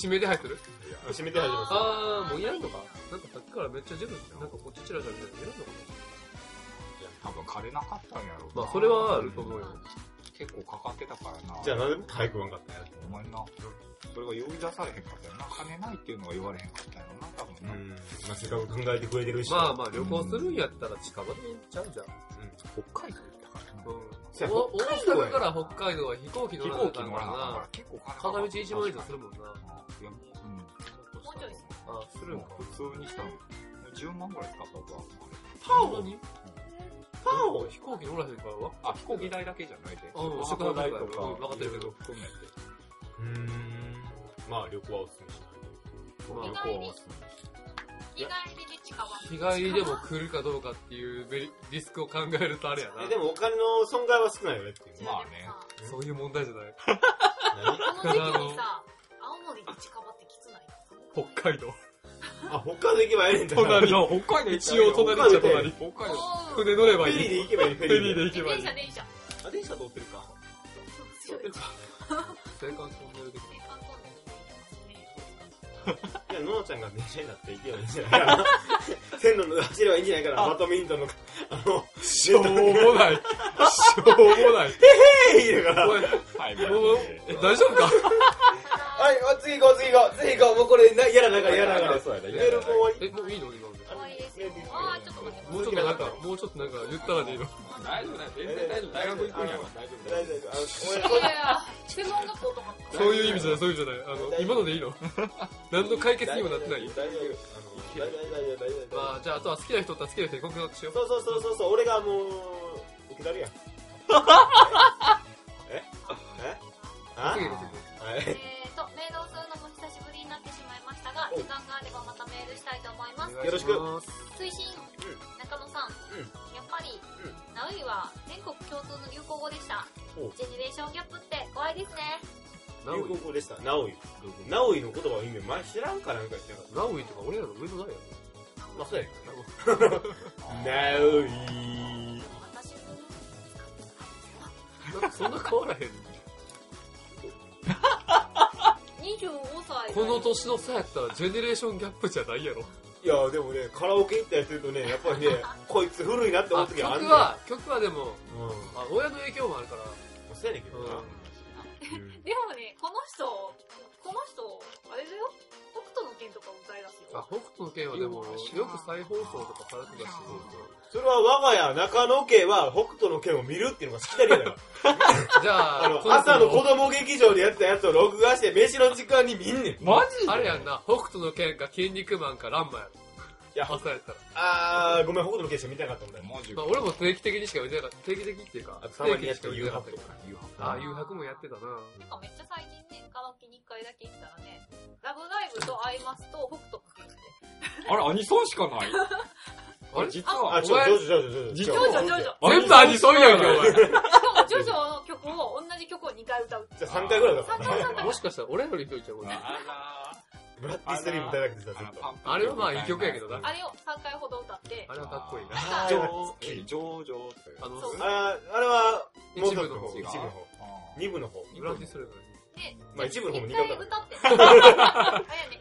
Speaker 2: 指名で入ってる
Speaker 4: 締めて始めます。
Speaker 2: あー、もういらんのかなんかさっきからめっちゃジェル、なんかこっちチラチラみたいな、いらんのか
Speaker 1: 多分金なかったんやろうな
Speaker 2: なまあ、それはあると思うよ。
Speaker 1: 結構かかってたからな。
Speaker 4: じゃあ、なんで体育わんかったんや
Speaker 1: お前な、それが呼び出されへんかったよな。金ないっていうのは言われへんかったよな、多分
Speaker 4: う
Speaker 1: な。
Speaker 4: ん。まあ、せっかく考えてくれてるし。
Speaker 2: まあまあ、旅行するんやったら近場で行っちゃうじゃん。
Speaker 1: 北海道行ったからな。
Speaker 4: じゃあ
Speaker 2: うん。お
Speaker 4: 北海
Speaker 2: 大
Speaker 4: 道や
Speaker 2: 阪から北海道は飛行機乗
Speaker 1: 飛
Speaker 2: ら
Speaker 1: 行
Speaker 2: ない
Speaker 1: 機
Speaker 2: かん
Speaker 1: 乗
Speaker 2: から
Speaker 1: なあかんから
Speaker 2: な、
Speaker 1: 結構金かか
Speaker 2: 片道
Speaker 1: る
Speaker 2: 1万以上するもんな。
Speaker 1: いや、もう、うん。も
Speaker 5: もうちょいです
Speaker 2: あ、するんか。
Speaker 1: 普通にしたの。10万ぐらい使ったわ、
Speaker 2: パオに
Speaker 4: パオ
Speaker 2: 飛行機乗らへんからわ。
Speaker 1: あれ。あ、飛行機代だけじゃないで。
Speaker 2: うん
Speaker 1: 宿泊代とか、
Speaker 2: うんわかってるけど
Speaker 1: 含めて。
Speaker 4: うーん。まあ、旅行はおすすめしないで。
Speaker 2: まあ
Speaker 1: 旅行はする
Speaker 5: 日帰りで近場。
Speaker 2: 日帰りでも来るかどうかっていうメリリスクを考えるとあれや
Speaker 4: え、で
Speaker 2: な。
Speaker 4: もお金の損害は少ないよねっていう。
Speaker 1: まあね
Speaker 2: そういう問題じゃない。
Speaker 4: 何
Speaker 5: この時期にさ、青森で近場ってきつない
Speaker 2: 北海道。
Speaker 4: あ、北海道行けばええねんだ
Speaker 2: 隣
Speaker 4: フ
Speaker 2: の。
Speaker 1: 北海道
Speaker 2: 一応隣っちゃ隣。
Speaker 1: 北海道。
Speaker 5: おー
Speaker 2: 船乗ればい
Speaker 4: ェリーで
Speaker 2: い。
Speaker 4: 行けばいい、フ
Speaker 2: フ
Speaker 4: ェ
Speaker 2: ェリ
Speaker 4: リ
Speaker 2: ー
Speaker 4: ー
Speaker 2: で
Speaker 4: で。
Speaker 2: 行けばい
Speaker 5: 電
Speaker 2: い。
Speaker 5: 車電車。
Speaker 4: あ、電車通ってるか。
Speaker 5: そうですよ。
Speaker 2: 青函トンネルで。
Speaker 5: え観光で行きますね。
Speaker 4: いや、ののちゃんが電車になって行けばいいんじゃないかな。線路の走ればいいんじゃないかな。バドミントンの、あの、
Speaker 2: しょうもない。しょうもない。
Speaker 4: ヘイだから。
Speaker 2: おい、
Speaker 1: はい、
Speaker 2: おいえ大丈夫か
Speaker 4: はい、お次行こう、次行こう、次行こう。もうこれ、な嫌な流れ、嫌な流れ。
Speaker 1: そうやな
Speaker 4: メールも終わ
Speaker 2: え、もういいの今ので。
Speaker 4: り。
Speaker 5: 怖いです
Speaker 4: よ。
Speaker 5: あー、ちょっと待って。
Speaker 2: もうちょっとなんか、もうちょっとなんか言ったらでいいの。
Speaker 1: 大丈夫だよ、全然大丈夫。大学行くんやから大丈夫だよ。
Speaker 4: 大丈夫、あの、
Speaker 5: いやいや、専門学校とかって
Speaker 2: そういう意味じゃない、そういう意味じゃない。あの、今のでいいの 何の解決にもなってない
Speaker 4: 大。丈夫、あの、大丈夫、大丈夫、大丈夫。
Speaker 2: まあ、じゃあ、あとは好きな人とは好きな人に告白しよう。
Speaker 4: そうそうそうそうそう、俺がもう、受けたるやん。 ええあ
Speaker 2: 次
Speaker 4: はい。
Speaker 5: えーと、メールをするのも久しぶりになってしまいましたが、時間があればまたメールしたいと思います。
Speaker 4: よろしく
Speaker 2: お願いします
Speaker 5: 推進、中野さん、
Speaker 4: うん
Speaker 5: やっぱり、
Speaker 4: うん
Speaker 5: ナウイは全国共通の流行語でした
Speaker 4: お
Speaker 5: ジェネレーションギャップって怖いですね
Speaker 2: ナ
Speaker 4: 流
Speaker 2: ウ
Speaker 4: 行
Speaker 2: イ。
Speaker 4: 語でした。ナオイ。ナオイの言葉を意味、前知らんかなんか言ってなかっ
Speaker 2: ナウイとか俺らの上のないや
Speaker 4: た。まあ、そうやけどな。ナオ イ。
Speaker 5: 私も
Speaker 2: ろ。なんかそんな変わらへん。
Speaker 5: 25歳
Speaker 2: この年の差やったら、ジェネレーションギャップじゃないやろ。
Speaker 4: いや、でもね、カラオケ行ったりするとね、やっぱ りね、こいつ古いなって思う
Speaker 2: あ
Speaker 4: 時
Speaker 2: 曲
Speaker 4: がある
Speaker 2: は、曲はでも、
Speaker 4: うん。ま
Speaker 2: あ親の影響もあるから、
Speaker 4: あそうやねんけどな。
Speaker 5: でもねこの人この人あれだよ北斗の拳とか歌い出す
Speaker 2: あ
Speaker 5: よ
Speaker 2: 北斗の拳はでも、よく再放送とかされてたし、
Speaker 4: それは我が家中野家は北斗の拳を見るっていうのがしきたり やから。
Speaker 2: じゃ
Speaker 4: あ
Speaker 2: あ、
Speaker 4: の、朝の子
Speaker 2: 供
Speaker 4: 供劇場でやってたやつを録画して、飯の時間に見んねん。
Speaker 1: マジで
Speaker 2: あれやんな、北斗の拳か筋肉マンかランマやろ。
Speaker 4: いや
Speaker 2: 朝やったら。
Speaker 4: あー、ごめん、北斗の拳しか見たかったんだよ。
Speaker 1: マジで
Speaker 2: まあ、俺も定期的にしか見てなかった。定期的っていうか、
Speaker 4: あ
Speaker 2: 不
Speaker 4: たま
Speaker 2: 定
Speaker 4: に
Speaker 2: 期
Speaker 4: や
Speaker 2: に
Speaker 4: っ
Speaker 2: してか
Speaker 4: る
Speaker 2: 見
Speaker 4: 誘
Speaker 2: てなか
Speaker 4: 白
Speaker 2: っ
Speaker 4: と
Speaker 2: たけ
Speaker 4: か
Speaker 2: ど。。
Speaker 1: 誘惑
Speaker 2: ああ、誘白もやってたな。
Speaker 5: なんかめっちゃ最近ねカラオケに1回だけ行ったらねラブライブとアイマスと北斗の拳 って
Speaker 1: あれ、アニソンしかない。
Speaker 2: あ
Speaker 1: あ
Speaker 2: れ
Speaker 1: れ、実は
Speaker 4: あ、、ちょ、
Speaker 2: お前
Speaker 4: ちょ、ちょ、ちょ、
Speaker 1: 実
Speaker 5: ジョ
Speaker 1: は
Speaker 5: ジョジョジョ
Speaker 1: あれ
Speaker 2: 全部アニソンやんけ、お
Speaker 5: しかもジョジョの曲を同じ曲を2回歌う
Speaker 4: じゃあ3回ぐらいだった
Speaker 5: 3。回3
Speaker 2: 前。
Speaker 5: 回
Speaker 2: もしかしたら俺よりひどいちゃうこれ。
Speaker 1: あ
Speaker 4: ブラッディストリーム歌いたくてさ、
Speaker 1: ら
Speaker 4: ず
Speaker 1: ー
Speaker 4: っと。
Speaker 1: パンプ
Speaker 2: あれはまあいい曲やけどな
Speaker 5: あれを3回ほど歌って
Speaker 2: あれはかっこいいな。
Speaker 4: あ
Speaker 1: あ
Speaker 4: ー
Speaker 1: ー
Speaker 4: よか
Speaker 1: 上
Speaker 4: った
Speaker 1: え上々って
Speaker 2: あの、
Speaker 5: そう
Speaker 4: あー、あれは、もう
Speaker 2: 一部の方
Speaker 4: 一部の
Speaker 1: 違う
Speaker 4: 方。二部の方。
Speaker 2: ブランディするからね。
Speaker 5: で、
Speaker 4: まあ一部の方も
Speaker 5: 一
Speaker 4: 二
Speaker 5: 回
Speaker 4: 回
Speaker 5: 歌
Speaker 4: だ
Speaker 5: っ て。あれやね、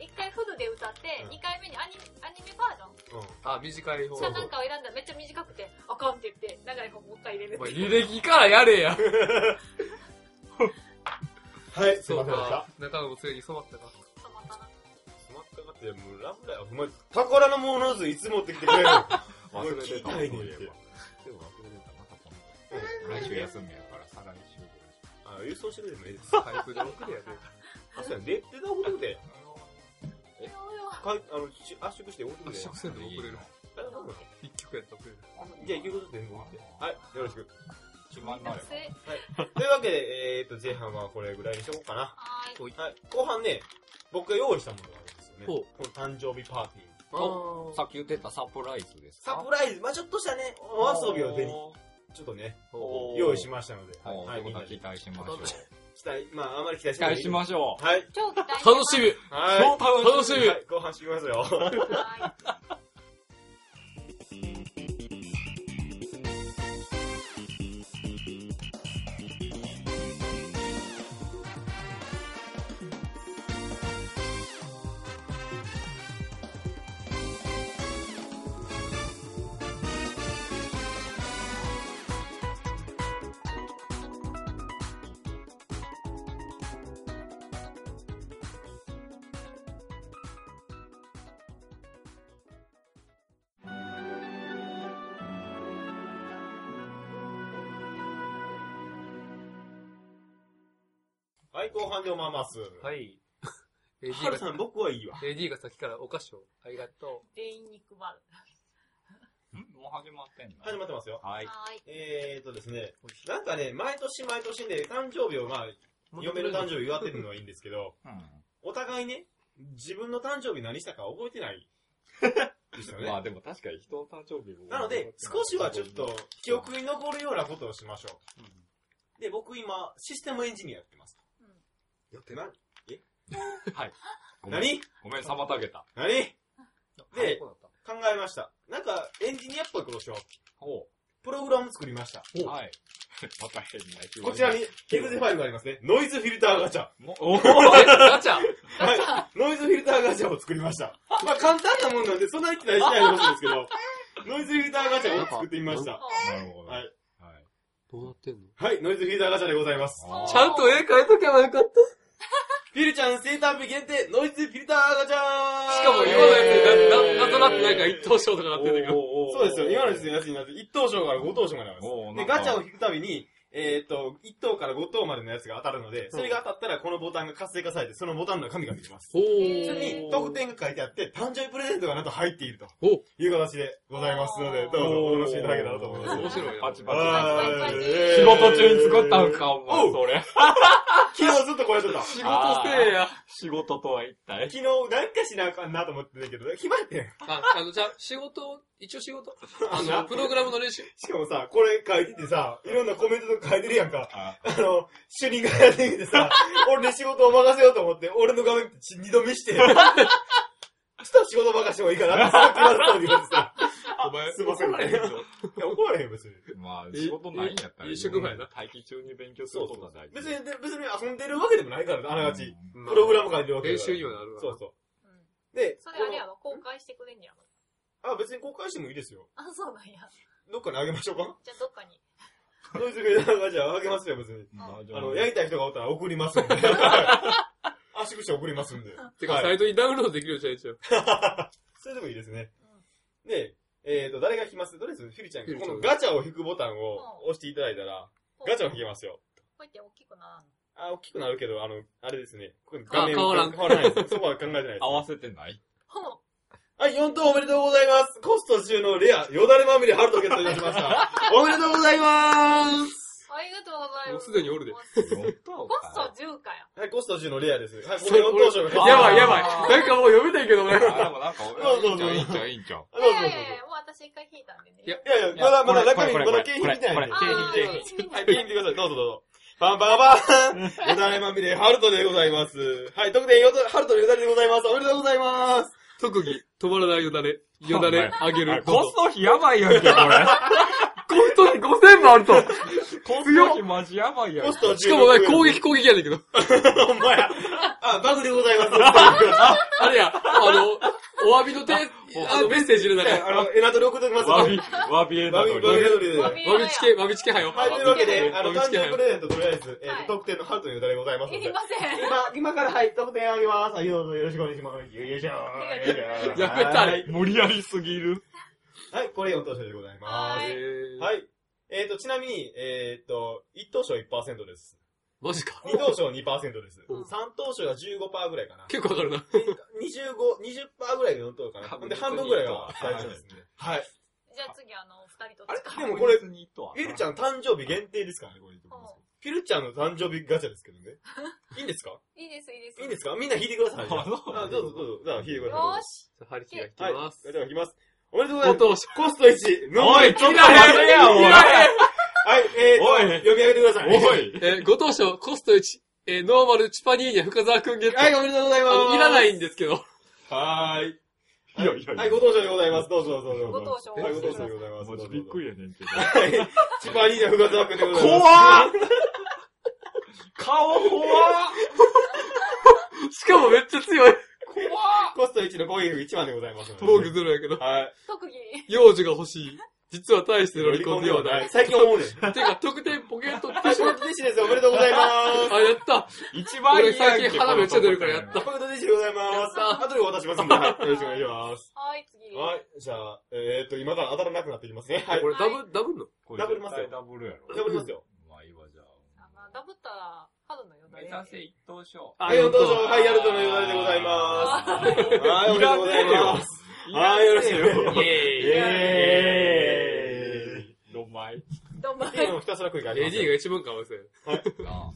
Speaker 5: 一回フルで歌って
Speaker 4: うん、
Speaker 5: 二回目にアニメ、アニメバージョン
Speaker 4: うん。
Speaker 2: あ、短い方。
Speaker 5: かなんかを選んだらめっちゃ短くて、あかんって言って、長い方もう一回入れる
Speaker 2: お。前履歴からやれや。
Speaker 4: はい、すい
Speaker 2: そ
Speaker 4: ま
Speaker 2: う
Speaker 4: せんでした
Speaker 2: か。。中野もついに染まったか。
Speaker 5: ちょっとまたな
Speaker 4: スマップがってって、もうラ ムダイ、お前、宝のものずいつ持ってきてくれるの
Speaker 1: 忘れてた、
Speaker 4: もう
Speaker 1: そう
Speaker 4: 聞
Speaker 1: い
Speaker 4: い
Speaker 1: え
Speaker 4: て
Speaker 1: ば。
Speaker 4: ない
Speaker 1: で
Speaker 4: ねんて
Speaker 1: も忘れてた、また
Speaker 4: う
Speaker 1: 今度。来週休みやから、再来週。
Speaker 4: あ、郵送してくれてもいい です。
Speaker 2: パイプで送るやで。
Speaker 4: あ、そうや、で、出たことで、
Speaker 3: いやいや
Speaker 4: かい、あの、し圧縮して送ってくれ。
Speaker 2: 圧縮せんで送れる。
Speaker 4: あそうなの
Speaker 2: 一曲やったら送れる。
Speaker 4: じゃあ、行くこと全部送って。はい、よろしく。
Speaker 1: 決まんない
Speaker 3: 学生
Speaker 4: というわけで、えーと、前半はこれぐらいにしとこうかな。
Speaker 3: はーい。
Speaker 2: ほい
Speaker 4: はい。後半ね、僕が用意したものがあるんですよね。
Speaker 2: ほう
Speaker 4: この誕生日パーティー。
Speaker 2: あー
Speaker 1: さっき言ってたサプライズです
Speaker 4: サ
Speaker 1: か
Speaker 4: プライズ、まあちょっとしたね、お遊びを手に、ちょっとね、用意し
Speaker 1: ま
Speaker 4: ましたので、
Speaker 1: はい、
Speaker 4: は
Speaker 1: とい
Speaker 4: い、み
Speaker 1: うんこ
Speaker 4: な
Speaker 1: とは期
Speaker 4: で
Speaker 1: 待しましょう。
Speaker 4: 期待、まああまり期待し
Speaker 1: 期
Speaker 4: ない
Speaker 1: 待しましょう。
Speaker 4: はい。
Speaker 3: 超期待
Speaker 2: 楽しみ
Speaker 4: はい。
Speaker 2: 楽しみ
Speaker 4: はい後半締めますよ。
Speaker 3: みはーい。
Speaker 4: はい、後半でおまます。
Speaker 2: はい。
Speaker 4: は
Speaker 2: AD
Speaker 4: る
Speaker 2: が、
Speaker 4: さん、僕はいいわ。
Speaker 2: AD がさっきからお菓子をありがと
Speaker 3: 全員に配る。
Speaker 1: んもう始まってんの
Speaker 4: 始まってますよ。
Speaker 1: はい。
Speaker 3: はーい。
Speaker 4: えーとですね、なんかね、毎年毎年ね、誕生日をまあ、
Speaker 2: う。
Speaker 4: 嫁の誕生日祝ってるのはいいんですけど、
Speaker 1: う
Speaker 4: お互いね、自分の誕生日何したか覚えてない。ですよ
Speaker 1: ん。 まあ
Speaker 4: ね。
Speaker 1: でも確かに人の誕生日も
Speaker 4: なので、少しはちょっと、記憶に残るようなことをしましょう。で、僕今、システムエンジニアやってます。
Speaker 3: うん。
Speaker 4: やってな、
Speaker 1: ごめん
Speaker 4: 何
Speaker 1: ごめん、妨げた。
Speaker 4: 何で
Speaker 2: で、そうだった
Speaker 4: 考えました。なんか、エンジニアっぽいことしよう。
Speaker 1: ほ
Speaker 4: プログラム作りました。
Speaker 1: う。はい。 また変な
Speaker 4: こちら に、ヘグゼファイルがありますね。ノイズフィルターガチャ。
Speaker 1: もお
Speaker 2: ガチャ
Speaker 4: はい。ノイズフィルターガチャを作りま した。まあ簡単なもんなんで、そんなに期待しないと思うんですけ ど、ノイズフィルターガチャを作ってみました。
Speaker 1: なるほど。。
Speaker 4: はいい。
Speaker 2: どうなってんの
Speaker 4: はい、ノイズフィルターガチャでございます。
Speaker 1: あー
Speaker 2: ちゃんと絵描いとけばよかった。
Speaker 4: フィルちゃん生誕日限定、ノイズフィルターガチャ
Speaker 2: しかも今のやつ、な、な、なんとなくなんか一等賞とかなってんだけど。
Speaker 4: そうですよ、今の
Speaker 1: ね。
Speaker 4: やつになって、1等賞から5等賞まであります。
Speaker 1: おー
Speaker 4: で、ガチャを引くたびに、えーっと、1等から5等までのやつが当たるので、それが当たったらこのボタンが活性化されて、そのボタンの紙ができます。
Speaker 2: ほ
Speaker 4: そ
Speaker 2: ー
Speaker 4: れに、特典が書いてあって、誕生日プレゼントがなんと入っていると
Speaker 2: お
Speaker 4: いう形でございますので、どうぞお楽しみいただけたらと思います。
Speaker 2: 面白い
Speaker 1: パチ
Speaker 2: な
Speaker 1: パチパチパ
Speaker 4: は
Speaker 1: チ。
Speaker 4: い
Speaker 1: 仕事中に作ったんか、お前、それ。
Speaker 4: 昨日ずっとこれやってた。昨
Speaker 2: 仕事せえや。
Speaker 1: 仕事とは一体
Speaker 4: 日なんかしなあかんなと思ってたけど、暇やってん。
Speaker 2: あ、あの、じゃあ、仕事を、一応仕事あ
Speaker 4: な
Speaker 2: の、プログラムの練習。
Speaker 4: しかもさ、これ書いててさ、いろんなコメントとか書いてるやんか。
Speaker 1: あ
Speaker 4: あの、主任がやってきてさ、俺に仕事を任せようと思って、俺の画面ち二度見 して、ちょっと仕事任してもいいかなって、さっき言われたのに言われてさ、
Speaker 2: お前
Speaker 4: すいません
Speaker 2: 怒られへんぞ
Speaker 4: いや、怒られへん、別に。
Speaker 1: まあ、仕事ないんやったら。
Speaker 2: ええ職場やな。
Speaker 1: 待機中に勉強することが大事。
Speaker 4: 別に、別に遊んでるわけでもないからね、あながち。
Speaker 2: うん
Speaker 4: プログラム書いてるわけだ
Speaker 2: 練
Speaker 4: から
Speaker 2: 習にはなるわ。
Speaker 4: そうそううんで、
Speaker 3: それあれやろ公開してくれんねやろ
Speaker 4: このあ、別に公開してもいいですよ。
Speaker 3: あ、そうなんや。
Speaker 4: どっかにあげましょうか
Speaker 3: じゃあどっかに。
Speaker 4: ノイズフィルターガチャあげますよ、別に。
Speaker 1: うん大丈夫
Speaker 4: あの、やりたい人がおったら送りますん で。圧縮して送りますんで。
Speaker 2: てか、
Speaker 4: はい
Speaker 2: サイトにダウンロードできるようにしないとよ。
Speaker 4: それでもいいですね。で、えっ、と、誰が弾きますとりあえず、フィルちゃん
Speaker 2: フィ
Speaker 4: が、
Speaker 2: ルち
Speaker 4: こ
Speaker 2: ゃん
Speaker 4: のガチャを引くボタンを押していただいたら、ガチャを引けますよ。
Speaker 3: こうやって大きくならんの。
Speaker 4: あ、大きくなるけど、あの、あれですね。これ
Speaker 2: あ変わらん
Speaker 4: 変わらないです。そこは考えてないです。
Speaker 1: 合わせてない
Speaker 3: ほう。
Speaker 4: はい、4等おめでとうございます。コスト中のレア、よだれまみれハルトゲットいたしました。おめでとうございます。
Speaker 3: ありがとうございます。
Speaker 2: もうすでにおるで
Speaker 3: もう
Speaker 1: コ
Speaker 3: コスト10かよ。
Speaker 4: はい、コスト中のレアです。はい、これ4等賞が
Speaker 2: やばいやばい。なんかもう読めないけど、俺。
Speaker 1: あ、でもなんか、いいんちゃういいんちゃういいんちゃう。
Speaker 4: あ
Speaker 3: い
Speaker 4: どうぞ
Speaker 3: や
Speaker 4: どう
Speaker 3: いや
Speaker 4: ぞ
Speaker 3: いや、もう私一回引いたんでね。
Speaker 2: いや
Speaker 4: いやいや、まだまだ中身、まだ景品見てないんで。
Speaker 1: これ
Speaker 3: あー
Speaker 1: 景品
Speaker 3: 景品
Speaker 4: はい、ピンでください。どうぞどうぞ。パンパンパンよだれまみれ、ハルトでございます。はい、特典よだ、ハルトのよだれでございます。おめでとうございます。
Speaker 2: 特技、止まらないよだれ。よだれ、あげる。
Speaker 1: コスト費やばいやんけ、これ。
Speaker 2: コストに5000もあると。
Speaker 1: コスト費マジやばいやん
Speaker 4: コ
Speaker 1: け
Speaker 4: ス。ト
Speaker 2: しかも、
Speaker 4: 16
Speaker 2: 攻撃攻撃やねんけど。
Speaker 4: ほんまや。あ、バグでございます。
Speaker 2: あれや、あの、お詫びの手、あのメッセージの中に、
Speaker 4: あの、エナドル送っときます。
Speaker 1: わび、わびえな
Speaker 4: バ
Speaker 1: の
Speaker 4: グ、
Speaker 1: に
Speaker 4: バ。グエナドルで。
Speaker 3: わ
Speaker 4: は
Speaker 3: び
Speaker 4: い、
Speaker 3: え
Speaker 2: わびちけ、わびちけはよ。
Speaker 4: というわけで、あの、
Speaker 2: わび
Speaker 4: 誕
Speaker 2: ちけは
Speaker 4: 生日プ
Speaker 2: よ。
Speaker 4: レゼントとりあえず、え
Speaker 3: は
Speaker 4: ー
Speaker 3: い
Speaker 4: と、特典のハルトのよだれございます
Speaker 3: い
Speaker 4: の
Speaker 3: り
Speaker 4: で
Speaker 3: ま。せん。
Speaker 4: 今、今から、はい、特典あげます。はい、どうぞよろしくお願いします。よいしょよいしょ
Speaker 2: やめた
Speaker 4: はいい。
Speaker 1: 無理やりすぎる。
Speaker 4: はい、これ4等賞でございま
Speaker 3: は
Speaker 4: す。
Speaker 3: い
Speaker 2: は。
Speaker 4: はいい。えっと、ちなみに、えっと、1等賞1%です。
Speaker 2: マジか。
Speaker 4: 2等賞2%です。
Speaker 2: うん
Speaker 4: 3等賞が15%ぐらいかな。
Speaker 2: 結構わかるな。
Speaker 4: で25、20%ぐらいが4等かな。ほんで、半分ぐらいが大丈夫ですね。はい。
Speaker 3: じゃあ次、あの、お二人と。
Speaker 4: あれでもこ
Speaker 1: こ
Speaker 4: れ
Speaker 1: れ、、にとは
Speaker 4: ピルちゃん誕生日限定ですからね、これ言っておきますけど。ピルちゃんの誕生日ガチャですけどね。いいんですか
Speaker 3: いいです、いいです。
Speaker 4: いいんですかみんな引いてください。
Speaker 1: あそう
Speaker 4: あどうぞどうぞ。じゃあ引いてください。
Speaker 3: よーし。
Speaker 2: ハリキが来
Speaker 4: はい。
Speaker 2: ます。
Speaker 4: では引きます。おめでとうござい
Speaker 2: お
Speaker 4: ます。
Speaker 2: 通し。
Speaker 4: コスト1。
Speaker 1: おい、ちょっと
Speaker 4: は
Speaker 1: 待てや、おい。
Speaker 4: い、えー
Speaker 1: おい
Speaker 4: と、読み上げてください。
Speaker 1: おい。
Speaker 2: えー、ご当初、コスト1、えー、ノーマルチュパニーニャ深沢くんゲット。
Speaker 4: はい、おめでとうございま
Speaker 2: あ
Speaker 4: す。。
Speaker 2: のいらないいんですけど。
Speaker 4: はーい。
Speaker 1: いやいやいや
Speaker 4: はい、ご当所でございます。どうぞどうぞどうぞ。
Speaker 3: ご当所
Speaker 4: はい、ご当所でございます。
Speaker 1: マジびっくりやねんけど。
Speaker 4: はい。千葉兄ちゃん、深沢君でございま
Speaker 1: 怖
Speaker 4: す。
Speaker 1: っ顔怖っ
Speaker 2: しかもめっちゃ強い。
Speaker 1: 怖っ
Speaker 4: コスト1の攻撃力1番でございますので。
Speaker 2: 防御ゼロやけど。
Speaker 4: はい。
Speaker 3: 特技。
Speaker 2: 幼女が欲しい。実は大して乗り込んではない。
Speaker 4: 最近思うねん。
Speaker 2: てか、特典ポケット
Speaker 4: は
Speaker 2: ティ
Speaker 4: い、
Speaker 2: シ
Speaker 4: ポ
Speaker 2: ュ
Speaker 4: ケットティッシュです。おめでとうございます。
Speaker 2: あ、やった
Speaker 1: 一番いいやんけ
Speaker 2: 俺最近鼻めっちゃ出るからやった
Speaker 4: ポケットティッシュでございます。
Speaker 2: やっ
Speaker 4: 後でお渡ししますんで、はい。よろしくお願いします。
Speaker 3: はい、次。
Speaker 4: はい。じゃあ、えーっと、今から当たらなくなっていきますね。はい。
Speaker 2: これダブ、ダブんの
Speaker 1: こ
Speaker 4: ダブりますよ
Speaker 1: ダブルやろ。
Speaker 4: やりますよ。
Speaker 1: まあいいわ、じゃあ
Speaker 3: あ。まあダブったら、ハドのよだ
Speaker 1: 目
Speaker 3: れ。
Speaker 1: 指せ一等賞。
Speaker 4: はい、どうぞ。
Speaker 2: 本
Speaker 4: はい、ヤルトのよだれでございま す。はい、おめでとうございます。
Speaker 1: いら
Speaker 4: はい、よろしく
Speaker 1: ねえよ。
Speaker 4: イエーイ
Speaker 1: どまい。
Speaker 3: どうも。
Speaker 4: ゲームをひたすら繰り返します
Speaker 2: AD が一番かわいそうや
Speaker 1: な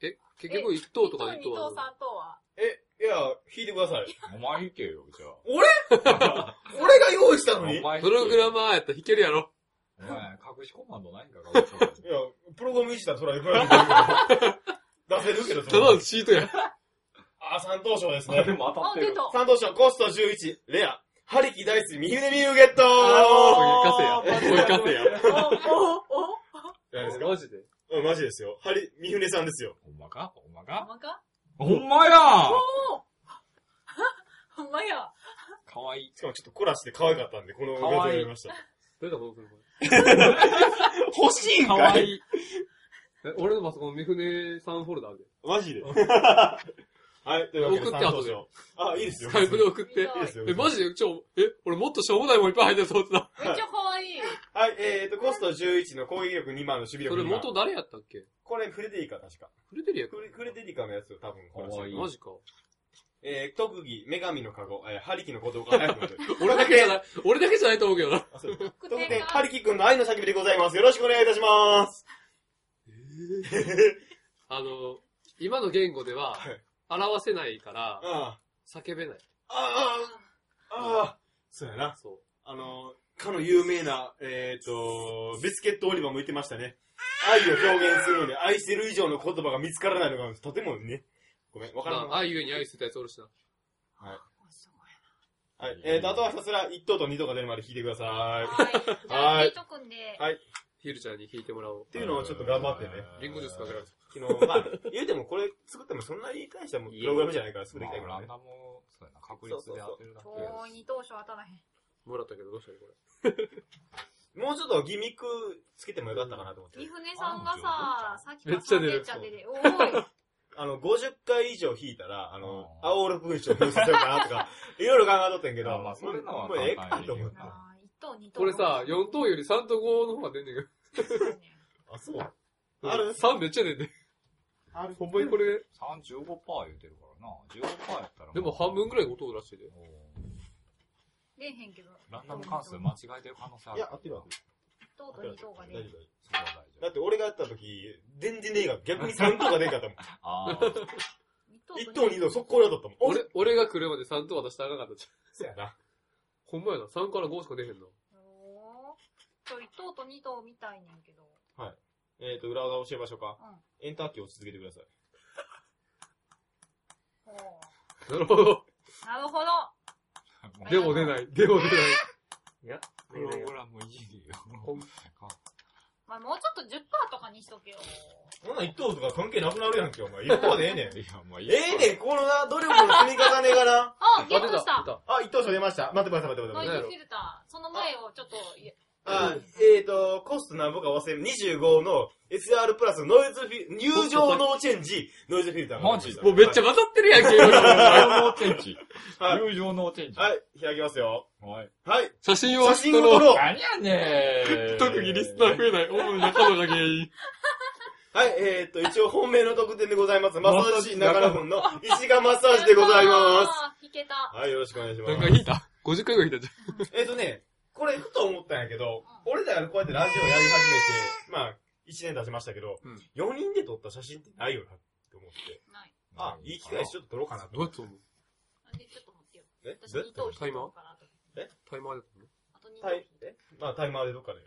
Speaker 2: え、結局一等とか
Speaker 3: 一
Speaker 2: 二
Speaker 3: 等、二
Speaker 2: 等
Speaker 3: 等、三等は。
Speaker 4: え、いや、引いてください。
Speaker 1: あお前引けよ、じゃあ。
Speaker 4: 俺が用意した
Speaker 1: お前
Speaker 4: のにい
Speaker 1: 引
Speaker 4: や、
Speaker 1: けよ
Speaker 2: プログラマーやったら弾けるやろ。
Speaker 1: お前、隠しコマンドないんか、隠しコマン
Speaker 4: プログラムいじったらトライブラン出せるけど、
Speaker 2: ただのシートや。
Speaker 4: あ、三等賞です
Speaker 1: ドあ、で
Speaker 4: ね。
Speaker 1: も当た
Speaker 3: あ
Speaker 1: っ、て
Speaker 3: 出
Speaker 1: る。
Speaker 3: た。
Speaker 4: 三等賞、コスト11、レア、ハリキ大好き、右腕ミューゲット
Speaker 2: あーもう行かせや。もう行か
Speaker 3: お、お、お、
Speaker 4: じゃないです
Speaker 2: せ
Speaker 4: か
Speaker 2: や。マジで
Speaker 4: うん、マジですよ。ハリ、三船さんですよ。
Speaker 1: ほんまかほんま
Speaker 3: ほん
Speaker 1: か
Speaker 3: まか
Speaker 1: ほんまや
Speaker 3: ほんまや。
Speaker 1: かわいい。
Speaker 4: しかもちょっと凝らして可愛かったんで、この
Speaker 1: 可愛い
Speaker 4: 画像やりました。
Speaker 2: どうやったらこの車
Speaker 4: 欲しいん
Speaker 1: か
Speaker 4: か
Speaker 1: わ
Speaker 4: い
Speaker 1: いい。
Speaker 2: え、俺のパソコン、三船さんフォルダある
Speaker 4: マジで。はい、というわけで
Speaker 2: 送って
Speaker 4: 三等
Speaker 2: 後で
Speaker 4: 賞。あ、いいです
Speaker 2: で。
Speaker 4: よ。
Speaker 2: スカイプで送っ
Speaker 3: いい
Speaker 2: て
Speaker 3: よ。
Speaker 4: いいですよ。
Speaker 2: え、マジでちょ、え、俺もっとしょうもないもんいっぱい入ってると思ってた。
Speaker 3: めっちゃ可愛い。
Speaker 4: はい、えーと、コスト11の攻撃力2万の守備
Speaker 2: そ
Speaker 4: 力
Speaker 2: れ
Speaker 4: 2万。
Speaker 2: 元誰やったっけ
Speaker 4: これ、フレデリカ確か。
Speaker 2: フレデリアか
Speaker 4: フレフレデリカのやつを多分これ
Speaker 1: かわいい
Speaker 2: マジか。
Speaker 4: えー、特技、女神の籠、えー、ハリキの鼓動が早くな る。
Speaker 2: 俺だけじゃない、俺だけじゃないと思うけどな。
Speaker 4: あそう特
Speaker 3: 特典
Speaker 4: 典、
Speaker 3: が
Speaker 4: ハリキ君の愛の叫びでございます。よろしくお願いいたします。
Speaker 2: あの、今の言語では
Speaker 4: はい、
Speaker 2: 表せないから、
Speaker 4: あ
Speaker 2: 叫べない。
Speaker 4: あ、ああ、ああ、そうやな。
Speaker 2: そう。
Speaker 4: あの、かの有名な、えっ、ー、と、ビスケットオリバーも言ってましたね。愛を表現するのに愛してる以上の言葉が見つからないのが、とてもね、ごめん、わか
Speaker 2: ま
Speaker 4: らん
Speaker 2: あ、あいうえに愛してたやつおるしな。
Speaker 4: はい。えっ、ー、と、あとはひたすら1等と2等が出るまで引いてください。
Speaker 5: はい。じゃあ、引いとくんで。
Speaker 2: ヒルちゃんに弾いてもらおう
Speaker 4: っ。ていうのをちょっと頑張ってね。
Speaker 2: リンゴジュースかけられた。
Speaker 4: 昨日、まあ、言うてもこれ作ってもそんな言い返したもプログラムじゃないからすぐできたいか
Speaker 1: まあ
Speaker 4: ら
Speaker 1: ランダム、
Speaker 4: ね。
Speaker 1: そうやな、確率で当てるだけやし
Speaker 5: 超二等賞当たらへん。
Speaker 2: もらったけどどうしたのこれ。
Speaker 4: もうちょっとギミックつけてもよかったかなと思って
Speaker 5: 三。船さんがさ、さっき
Speaker 2: めっちゃ出
Speaker 5: め
Speaker 2: る
Speaker 5: っちゃ出て、おーい。
Speaker 4: あの、50回以上引いたら、あ
Speaker 1: うん
Speaker 4: の、青六文章を表せるかなとか、いろいろ考えとってんけど、
Speaker 1: まあまあそういうのは
Speaker 4: もうもうええかと思って。
Speaker 5: なあ一等二等。
Speaker 2: これさ、4等より3と5の方が出んねんけ
Speaker 4: あ、そう。
Speaker 2: ど。
Speaker 4: ある
Speaker 2: ?3 めっちゃ出て。
Speaker 4: ある
Speaker 2: ほんまにこれ、
Speaker 1: 35%言うてるからな。15%やったら。
Speaker 2: でも半分ぐらい5等らしいで。
Speaker 1: お
Speaker 5: 出えへんけど。
Speaker 1: ーランダム関数間違えてる可能性あ
Speaker 4: い
Speaker 1: る。
Speaker 4: や、合ってるわ。
Speaker 5: 一等と二等が出
Speaker 4: 大丈夫大
Speaker 5: る。
Speaker 4: 丈夫。
Speaker 1: それは大
Speaker 4: だ
Speaker 1: 丈
Speaker 4: って俺がやった時、全然ねえが、逆に3等が出んかった もん。
Speaker 1: 夫。あー
Speaker 4: 1等2等速攻で当たったもん。
Speaker 2: 俺、俺が来るまで3等渡したらあかんかったじゃん。
Speaker 4: そうやな。
Speaker 2: ほんまやな、3から5しか出へんの。
Speaker 5: おーちょ、一等と二等みたいねんけど。
Speaker 4: えっと、裏技教えましょうか。エンターキーを押し続けてください。
Speaker 5: おー
Speaker 2: なるほど。
Speaker 5: なるほど。
Speaker 2: でも出ない。でも出ない。
Speaker 1: プログラムいじりよ。
Speaker 2: ほん
Speaker 5: まあ、もうちょっと10%とかにしとけよ。
Speaker 4: そんなん一等とか関係なくなるやんけ、お 前。一等でええねん。え
Speaker 1: いや、まあいい
Speaker 4: えねん、このな、努力の積み重ねがな。
Speaker 5: あ、ゲットした
Speaker 2: 出た
Speaker 4: あ、一等賞出ました。待ってください、待ってくだ
Speaker 5: ノイ
Speaker 4: さい。
Speaker 5: ズフィルター。その前をちょっと、いや
Speaker 4: あ、えーと、コストなんぼか忘れる。25の SR プラスノイズフィ、入場ノーチェンジ、ノイズフィルターが
Speaker 1: マジ
Speaker 2: もうめっちゃ
Speaker 4: は
Speaker 2: 混ざってるやん
Speaker 1: 友
Speaker 2: け、今
Speaker 1: 情のチェンジ。
Speaker 4: はい
Speaker 1: 友情のチェンジ。
Speaker 4: い、はい開きますよ。
Speaker 1: はい。
Speaker 4: はい、
Speaker 2: 写真を
Speaker 4: 写真を撮ろう。
Speaker 1: 何やねん。
Speaker 2: 特技リスナー増えない。主に仲間が原因。
Speaker 4: はい、えーと、一応本命の特典でございます。マッサージ師中野君 の石川マッサージでございます。
Speaker 5: す。弾けた。
Speaker 4: はい、よろしくお願いしま
Speaker 2: なんか
Speaker 4: す。
Speaker 2: 引いた ?50 回ぐらい引いたじ
Speaker 4: えっとね、これふと思ったんやけど、俺らがこうやってラジオやり始めて、まあ、1年経ちましたけど、
Speaker 2: うん
Speaker 4: 4人で撮った写真ってないよなって思って、
Speaker 5: ない。
Speaker 4: あ、いい機会にちょっと撮ろうかな
Speaker 2: ゃん。
Speaker 4: と
Speaker 2: どう
Speaker 4: 思
Speaker 2: や
Speaker 4: っ。
Speaker 2: ってて
Speaker 5: で
Speaker 2: 思う
Speaker 5: ちょっと待ってよ。
Speaker 4: え
Speaker 5: 私、
Speaker 4: どう
Speaker 5: 2
Speaker 4: やって撮
Speaker 5: 等
Speaker 4: る
Speaker 5: 引けるのかなと。
Speaker 2: タイマーだったの
Speaker 5: あと
Speaker 4: タイ
Speaker 5: 2等。
Speaker 4: えまあ、タイマーでどっかで。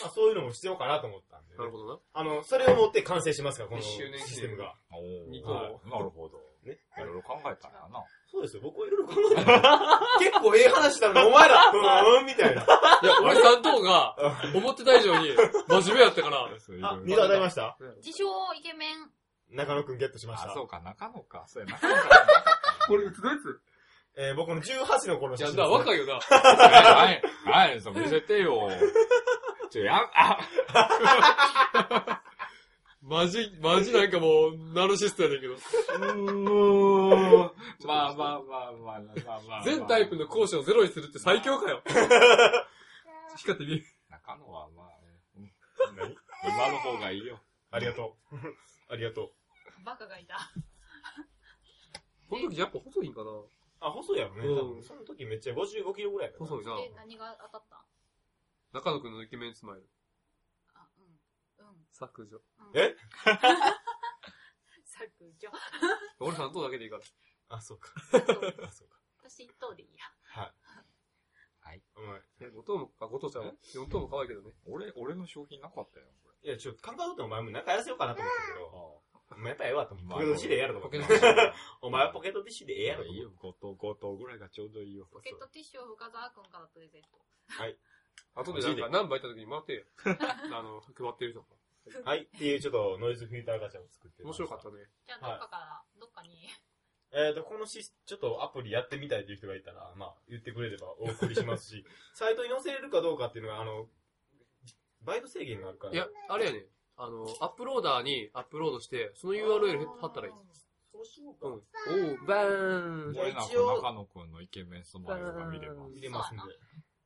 Speaker 4: まあ、そういうのも必要かなと思ったんで、
Speaker 2: なるほどな。
Speaker 4: あの、それを持って完成しますから、この
Speaker 2: 一周年記念
Speaker 4: システムが。
Speaker 1: お
Speaker 2: 二
Speaker 1: ー
Speaker 2: 等
Speaker 1: はいなるほど。
Speaker 4: ね。
Speaker 1: いろいろ考えたんやな。
Speaker 4: そうですよ、僕はいろいろ考 えてた。結構ええ話したのに、お前ら、うーん、みたいな。
Speaker 2: いや、俺3等が、思ってた以上に、真面目やったから。
Speaker 4: あ、
Speaker 1: あ
Speaker 4: 2度当たりました
Speaker 5: 自称イケメン。
Speaker 4: 中野くんゲットしました。
Speaker 1: あ、そうか、中野か。そうや、中野か。
Speaker 2: これ、いつどいつ
Speaker 4: えー、僕の18の頃の
Speaker 2: い
Speaker 4: 写
Speaker 2: や、
Speaker 4: 真で
Speaker 2: な、
Speaker 4: す、
Speaker 2: 若いよな。
Speaker 1: はい、はい、そう、見せてよ。ちょ、やん、あ、
Speaker 2: マジ、マジなんかもう、ナルシストやねんけど。
Speaker 1: うん、まあまあまあまあまあまあまあ。
Speaker 2: 全タイプの
Speaker 1: 講
Speaker 2: 校
Speaker 1: 師。
Speaker 2: 舎をゼロにするって最強かよ。 光って見える。
Speaker 1: 中野はまあ、うん
Speaker 4: 何
Speaker 1: 今の方がいいよ。
Speaker 4: ありがとう。 ありがとう。
Speaker 5: バカがいた。
Speaker 2: この時やっぱ細いんかな
Speaker 4: あ、細いやろね。
Speaker 2: うん
Speaker 4: 多分その時めっちゃ55キロぐらいやから。
Speaker 2: 細いな。
Speaker 5: で、何が当たった
Speaker 2: 中野くんのイケメンスマイル。
Speaker 5: あ、うん。うん。
Speaker 2: 削除。
Speaker 4: え
Speaker 5: 削除。
Speaker 2: 俺3等だけでいいから。
Speaker 4: あ、そうか。 あ、そうか。
Speaker 5: 私1等でいいや。
Speaker 4: お前。
Speaker 2: え、5等も、あ、5等ちゃうわ。4等も可愛いけどね。
Speaker 1: 俺、俺の商品なかったよ、こ
Speaker 4: いや、ちょ、カンカウってお前も仲良せようかなと思ったけ
Speaker 1: れ。
Speaker 4: ど、
Speaker 1: あ
Speaker 4: お前やっぱええわと思って。ポケットティッシュでええやろと思って。お前はポケットティッシュでええやろと
Speaker 1: いい
Speaker 4: 思っ
Speaker 1: よ、5等、5等ぐらいがちょうどいいよ。
Speaker 5: ポケットティッシュを深沢くんからプレゼント。
Speaker 2: あとでなんか、何杯行った時にもら ってよ。あの、配ってる人か。
Speaker 4: て。はい。っていうちょっとノイズフィルターガチャを作って。
Speaker 2: 面白かった。ね。
Speaker 5: じゃあ、どっかから、どっかに。
Speaker 4: えっと、このシス、ちょっとアプリやってみたいという人がいたら、まあ、言ってくれればお送りしますし、 サイトに載せれるかどうかっていうのが、あの、バイト制限があるから。
Speaker 2: いや、、あれやね。あの、アップローダーにアップロードして、その URL 貼ったらいい。
Speaker 4: そうしよう
Speaker 2: うん。
Speaker 4: か
Speaker 2: お。ー、バーン。
Speaker 1: 俺なんか
Speaker 4: 一応
Speaker 1: 中野くんのイケメンスマイルが見れま
Speaker 4: 見
Speaker 1: す。
Speaker 4: れますんで。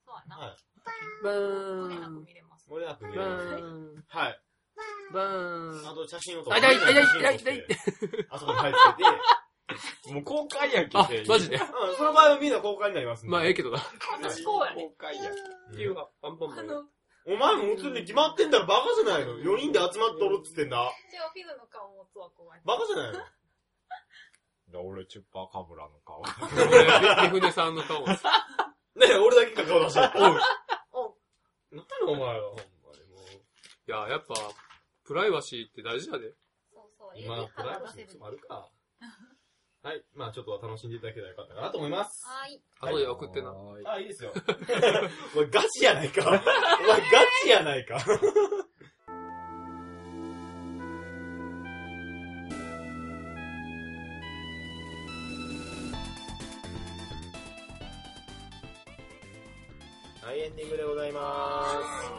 Speaker 5: そうやな。
Speaker 4: はい。
Speaker 2: バ
Speaker 5: 漏れ
Speaker 2: ー
Speaker 5: なく
Speaker 2: ン。
Speaker 5: 見れます。
Speaker 4: 漏れなく見れ
Speaker 2: バ
Speaker 4: ますんで。
Speaker 2: ーン。
Speaker 4: はい。
Speaker 2: バー
Speaker 4: あ
Speaker 2: ン。
Speaker 4: と写真を撮
Speaker 2: あ痛い痛い痛い痛い痛い
Speaker 4: あそこに入ってて。
Speaker 1: もう公開やんけ
Speaker 2: あ、マジで。
Speaker 4: うん、その場合はみんな公開になりますんで。
Speaker 2: まあ、ええけどな。
Speaker 5: 私こうやね。
Speaker 1: 公開やん。
Speaker 2: っていうか、アンパンマ
Speaker 5: あ
Speaker 2: ンや。
Speaker 5: の、
Speaker 4: お前も映るに決まってんだろ、バカじゃないの。4人で集まって撮ろうっつってんだ。
Speaker 5: 一応フィルの顔を持つわ、こうやって。
Speaker 4: バカじゃないの。
Speaker 1: で俺、チュッパーカブラの顔。
Speaker 2: 三船さんの顔。
Speaker 4: ねえ、俺だけが顔出した。おい。
Speaker 5: おう
Speaker 4: なんだお前は。ほんまにも
Speaker 2: いや、やっぱ、プライバシーって大事やで。
Speaker 5: そうそう。
Speaker 4: う。今、プライバシーのもあるか。はい。まあ、ちょっとは楽しんでいただけたらよかったかなと思います。
Speaker 5: はーい。
Speaker 2: あとで送ってな。
Speaker 1: はい
Speaker 4: あ、いいですよ。 お前ガチやないか。お前ガチやないか。 はい、エンディングでございます。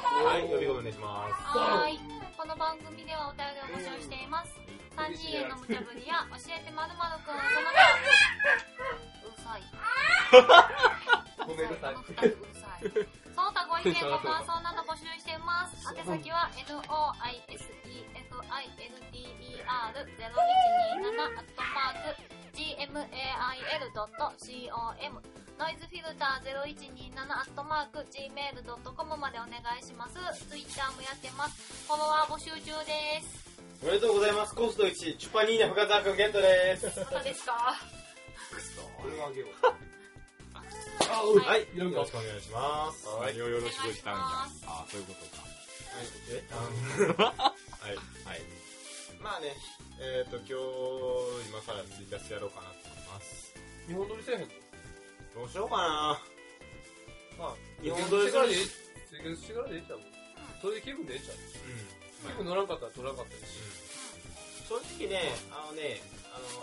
Speaker 4: はい、呼び込みお願いします。
Speaker 5: はーい。この番組ではお便りを募集しています。3人への無茶ぶりや、教えてまるまるくん、その他、 うるさい。
Speaker 2: ごめんなさい
Speaker 5: この二人うるさい。その他ご意見、ご感想など募集しています。宛先は、noisefilder0127-gmail.com ノイズフィルター0127アットマーク gmail.com までお願いします。ツイッターもやってます。フォロワー募集中です。
Speaker 4: おめでとうございます。コスト1、チュパニーナ深澤くんゲットです。
Speaker 5: まだですか
Speaker 2: あ、
Speaker 5: うん
Speaker 4: はい、よろしくお願いします。
Speaker 1: は
Speaker 4: はい
Speaker 1: い、。よろしくしたんや。あ、そういうことか。
Speaker 4: え はい。はい。まあね、えっ、と、今日、今からツイキャスやろうかなと思います。
Speaker 2: 日本撮りせえへんの
Speaker 4: どうしようかな
Speaker 2: まあ、
Speaker 4: 日本撮り
Speaker 2: 世界で、世別に力でええちゃうもん。それで気分でええちゃう。気分乗らんかったら乗らんかったりし。
Speaker 4: 正直ね、あのね、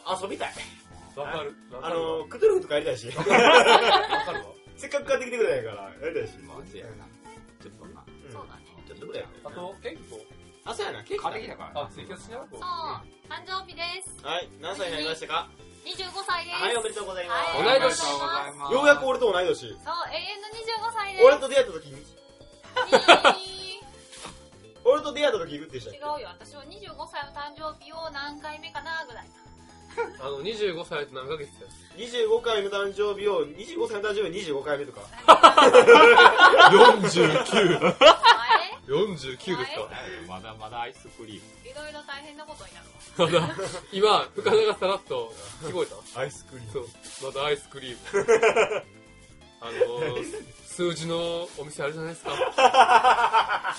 Speaker 4: あの、遊びたい。
Speaker 2: わかる。わ
Speaker 6: あ
Speaker 2: かるわ。
Speaker 6: の、クトゥルフとかやりたい し。
Speaker 2: わかるわ。
Speaker 6: せっかく買ってきてくれたんやから、やりたいし。
Speaker 1: マジやな。ちょっとな。
Speaker 6: うん
Speaker 7: そうだね。
Speaker 4: ちょっとぐらい。
Speaker 2: あと、結構、
Speaker 4: あ、そうやな、結構。
Speaker 1: 買っ
Speaker 4: は
Speaker 1: て
Speaker 4: い
Speaker 1: き、たから
Speaker 2: あ
Speaker 1: な、。
Speaker 2: 生活しなく
Speaker 5: そう、誕生日です。
Speaker 4: 何歳になりましたか
Speaker 5: 25歳です。
Speaker 4: はい、おめでとうございます。
Speaker 5: は
Speaker 1: お
Speaker 2: 同
Speaker 1: め
Speaker 2: い
Speaker 1: でとうご
Speaker 2: 年
Speaker 1: ざいます。
Speaker 6: ようやく俺と同い年。
Speaker 5: そう、永遠の25歳です。
Speaker 4: 俺と出会った時に、
Speaker 5: に
Speaker 4: 俺と出会った時いくってしたっ
Speaker 5: 違う
Speaker 4: け
Speaker 5: よ、私は25歳の誕生日を何回目かな ぐらい。
Speaker 2: あの、25歳って何ヶ月や
Speaker 4: ?25 回の誕生日を、25歳の誕生日を25回目とか。
Speaker 5: 前
Speaker 2: ?49。49ですか
Speaker 1: まだまだアイスクリーム。
Speaker 5: いろいろ大変なことになるわ。
Speaker 2: まだ、 今、深田がさらっと、聞こえた
Speaker 6: アイスクリーム。
Speaker 2: そう。まだアイスクリーム。あのー、数字のお店あるじゃないですか。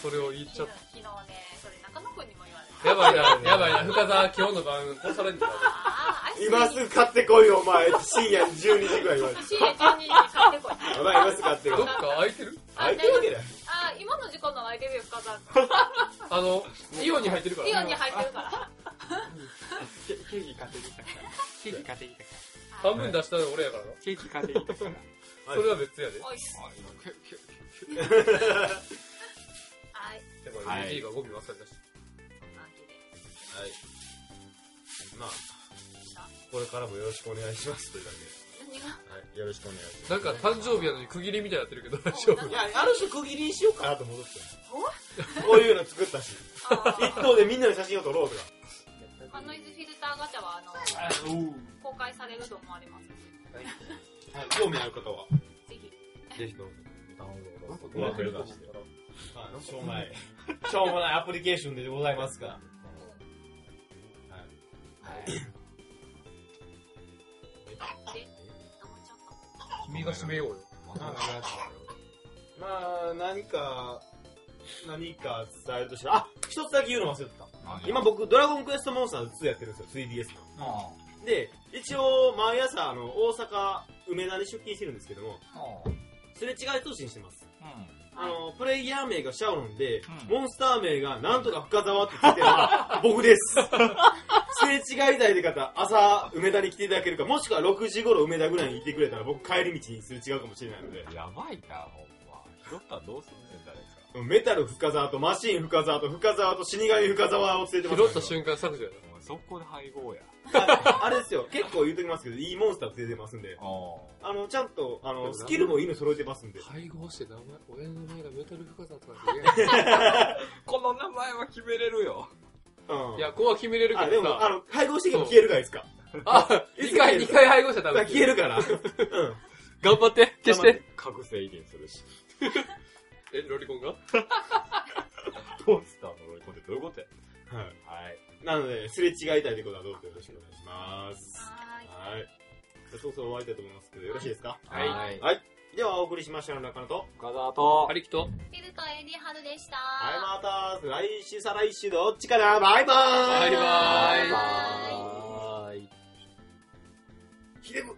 Speaker 2: それを言っちゃっ
Speaker 5: 昨日ね、それ中野くんにも言われた。
Speaker 2: た。やばいな、やばいな、深田、今日の晩、殺されるんだ。
Speaker 5: ああ、アイス
Speaker 6: 今すぐ買ってこいよ、お前。深夜12時ぐらい言われて。
Speaker 5: シーレ12に買ってこい。
Speaker 6: お前、今すぐ買ってこい
Speaker 2: どっ。か空いてる
Speaker 6: 開いてるわけだよ。
Speaker 5: あ、今の時間の空いてるよ、深澤
Speaker 2: あの、イオンに入ってるから。
Speaker 5: イオンに入ってるから。
Speaker 1: ケーキ買ってきたから。ケーキ買ってきたから。
Speaker 2: 半分出したの俺やからな。
Speaker 1: ケーキ買ってきたから。
Speaker 6: はい
Speaker 2: それは別やで。
Speaker 5: おいしい。はい。
Speaker 2: でも、
Speaker 1: はい
Speaker 2: AG が5秒忘れたし。
Speaker 5: そんなわけで。
Speaker 6: まあ、これからもよろしくお願いしますというだ
Speaker 5: 何が
Speaker 6: けで。はい、よろしくお願いします。
Speaker 2: なんか誕生日やのに区切りみたいになってるけど大丈夫
Speaker 4: いや、ある種区切りにしようか。
Speaker 6: かなと戻って
Speaker 4: こういうの作ったし。
Speaker 5: あ
Speaker 4: 一
Speaker 5: ー
Speaker 4: 等でみんなの写真を撮ろうとか。
Speaker 5: まあノイズフィルターガチャは、あの、公開されると思われます。
Speaker 4: はい、興味ある方は。
Speaker 5: ぜひ。
Speaker 6: ぜひどうぞ。ダウンロード。
Speaker 2: なんか
Speaker 6: く
Speaker 2: 出
Speaker 6: れ
Speaker 2: ると思
Speaker 6: して。
Speaker 4: はい、しょうもない。しょうもないアプリケーションでございますが。
Speaker 5: 止まっちゃった。
Speaker 2: 君が締めようよ。
Speaker 4: まあ、何か、何か伝えるとしたら、あ、一つだけ言うの忘れてた。今
Speaker 1: 今、
Speaker 4: 僕、ドラゴンクエストモンスターズ2やってるんですよ、3DS の。で、一応、毎朝、あの、大阪、梅田に出勤してるんですけども、すれ違い通信してます。あの、プレイヤー名がシャオロンで、
Speaker 1: うん
Speaker 4: モンスター名がなんとか深沢ってついてる のが僕です。すれ違い台で方、朝、梅田に来ていただけるか、もしくは6時頃梅田ぐらいにいてくれたら、僕帰り道にすれ違うかもしれないので、
Speaker 1: やばいな、ほんま。拾ったらどうすんねん、誰か。
Speaker 4: メタル深沢とマシン深沢と深沢と死神深沢を連れてます
Speaker 2: 拾った瞬間削除やな。
Speaker 1: もうそこで配合や。
Speaker 4: ああれですよ、結構言うときますけど、いいモンスター連れてますんで、
Speaker 1: ああ。
Speaker 4: あの、ちゃんと、あの、スキルもいいの揃えてますんで。
Speaker 2: 配合して名前、親の名前がメタル深さとかって言えな
Speaker 1: この名前は決めれるよ。
Speaker 4: うん。
Speaker 2: い。いや、ここは決めれるけ
Speaker 4: あ、で
Speaker 2: ど
Speaker 4: も、あ
Speaker 2: さ。
Speaker 4: の、配合してきても消えるからですか。
Speaker 2: あ、一回、二回配合しちゃダ
Speaker 4: だ
Speaker 2: メ
Speaker 4: か
Speaker 2: だ
Speaker 4: ら
Speaker 2: けど。
Speaker 4: 消えるから。うん。
Speaker 2: 頑張って、消して。
Speaker 1: 覚醒遺伝するし。
Speaker 2: え、ロリコンが
Speaker 1: トースターのロイコンってどういうことや
Speaker 4: はい。
Speaker 1: はい。
Speaker 4: なので、すれ違いたいってことはどうぞよろしくお願いします。
Speaker 5: はーい。
Speaker 4: はい。じゃあそろそろ終わりたいと思いますけど、よろしいですか
Speaker 2: はい
Speaker 1: はい。
Speaker 4: では、お送りしましたの中野と。
Speaker 1: 岡沢と
Speaker 2: パ、リキと。
Speaker 5: フィルとエリハルでした。
Speaker 4: はい、また、来週、再来週、どっちかなバイバーイ
Speaker 2: バイバーイ
Speaker 1: バイバーイ。
Speaker 4: ひでむ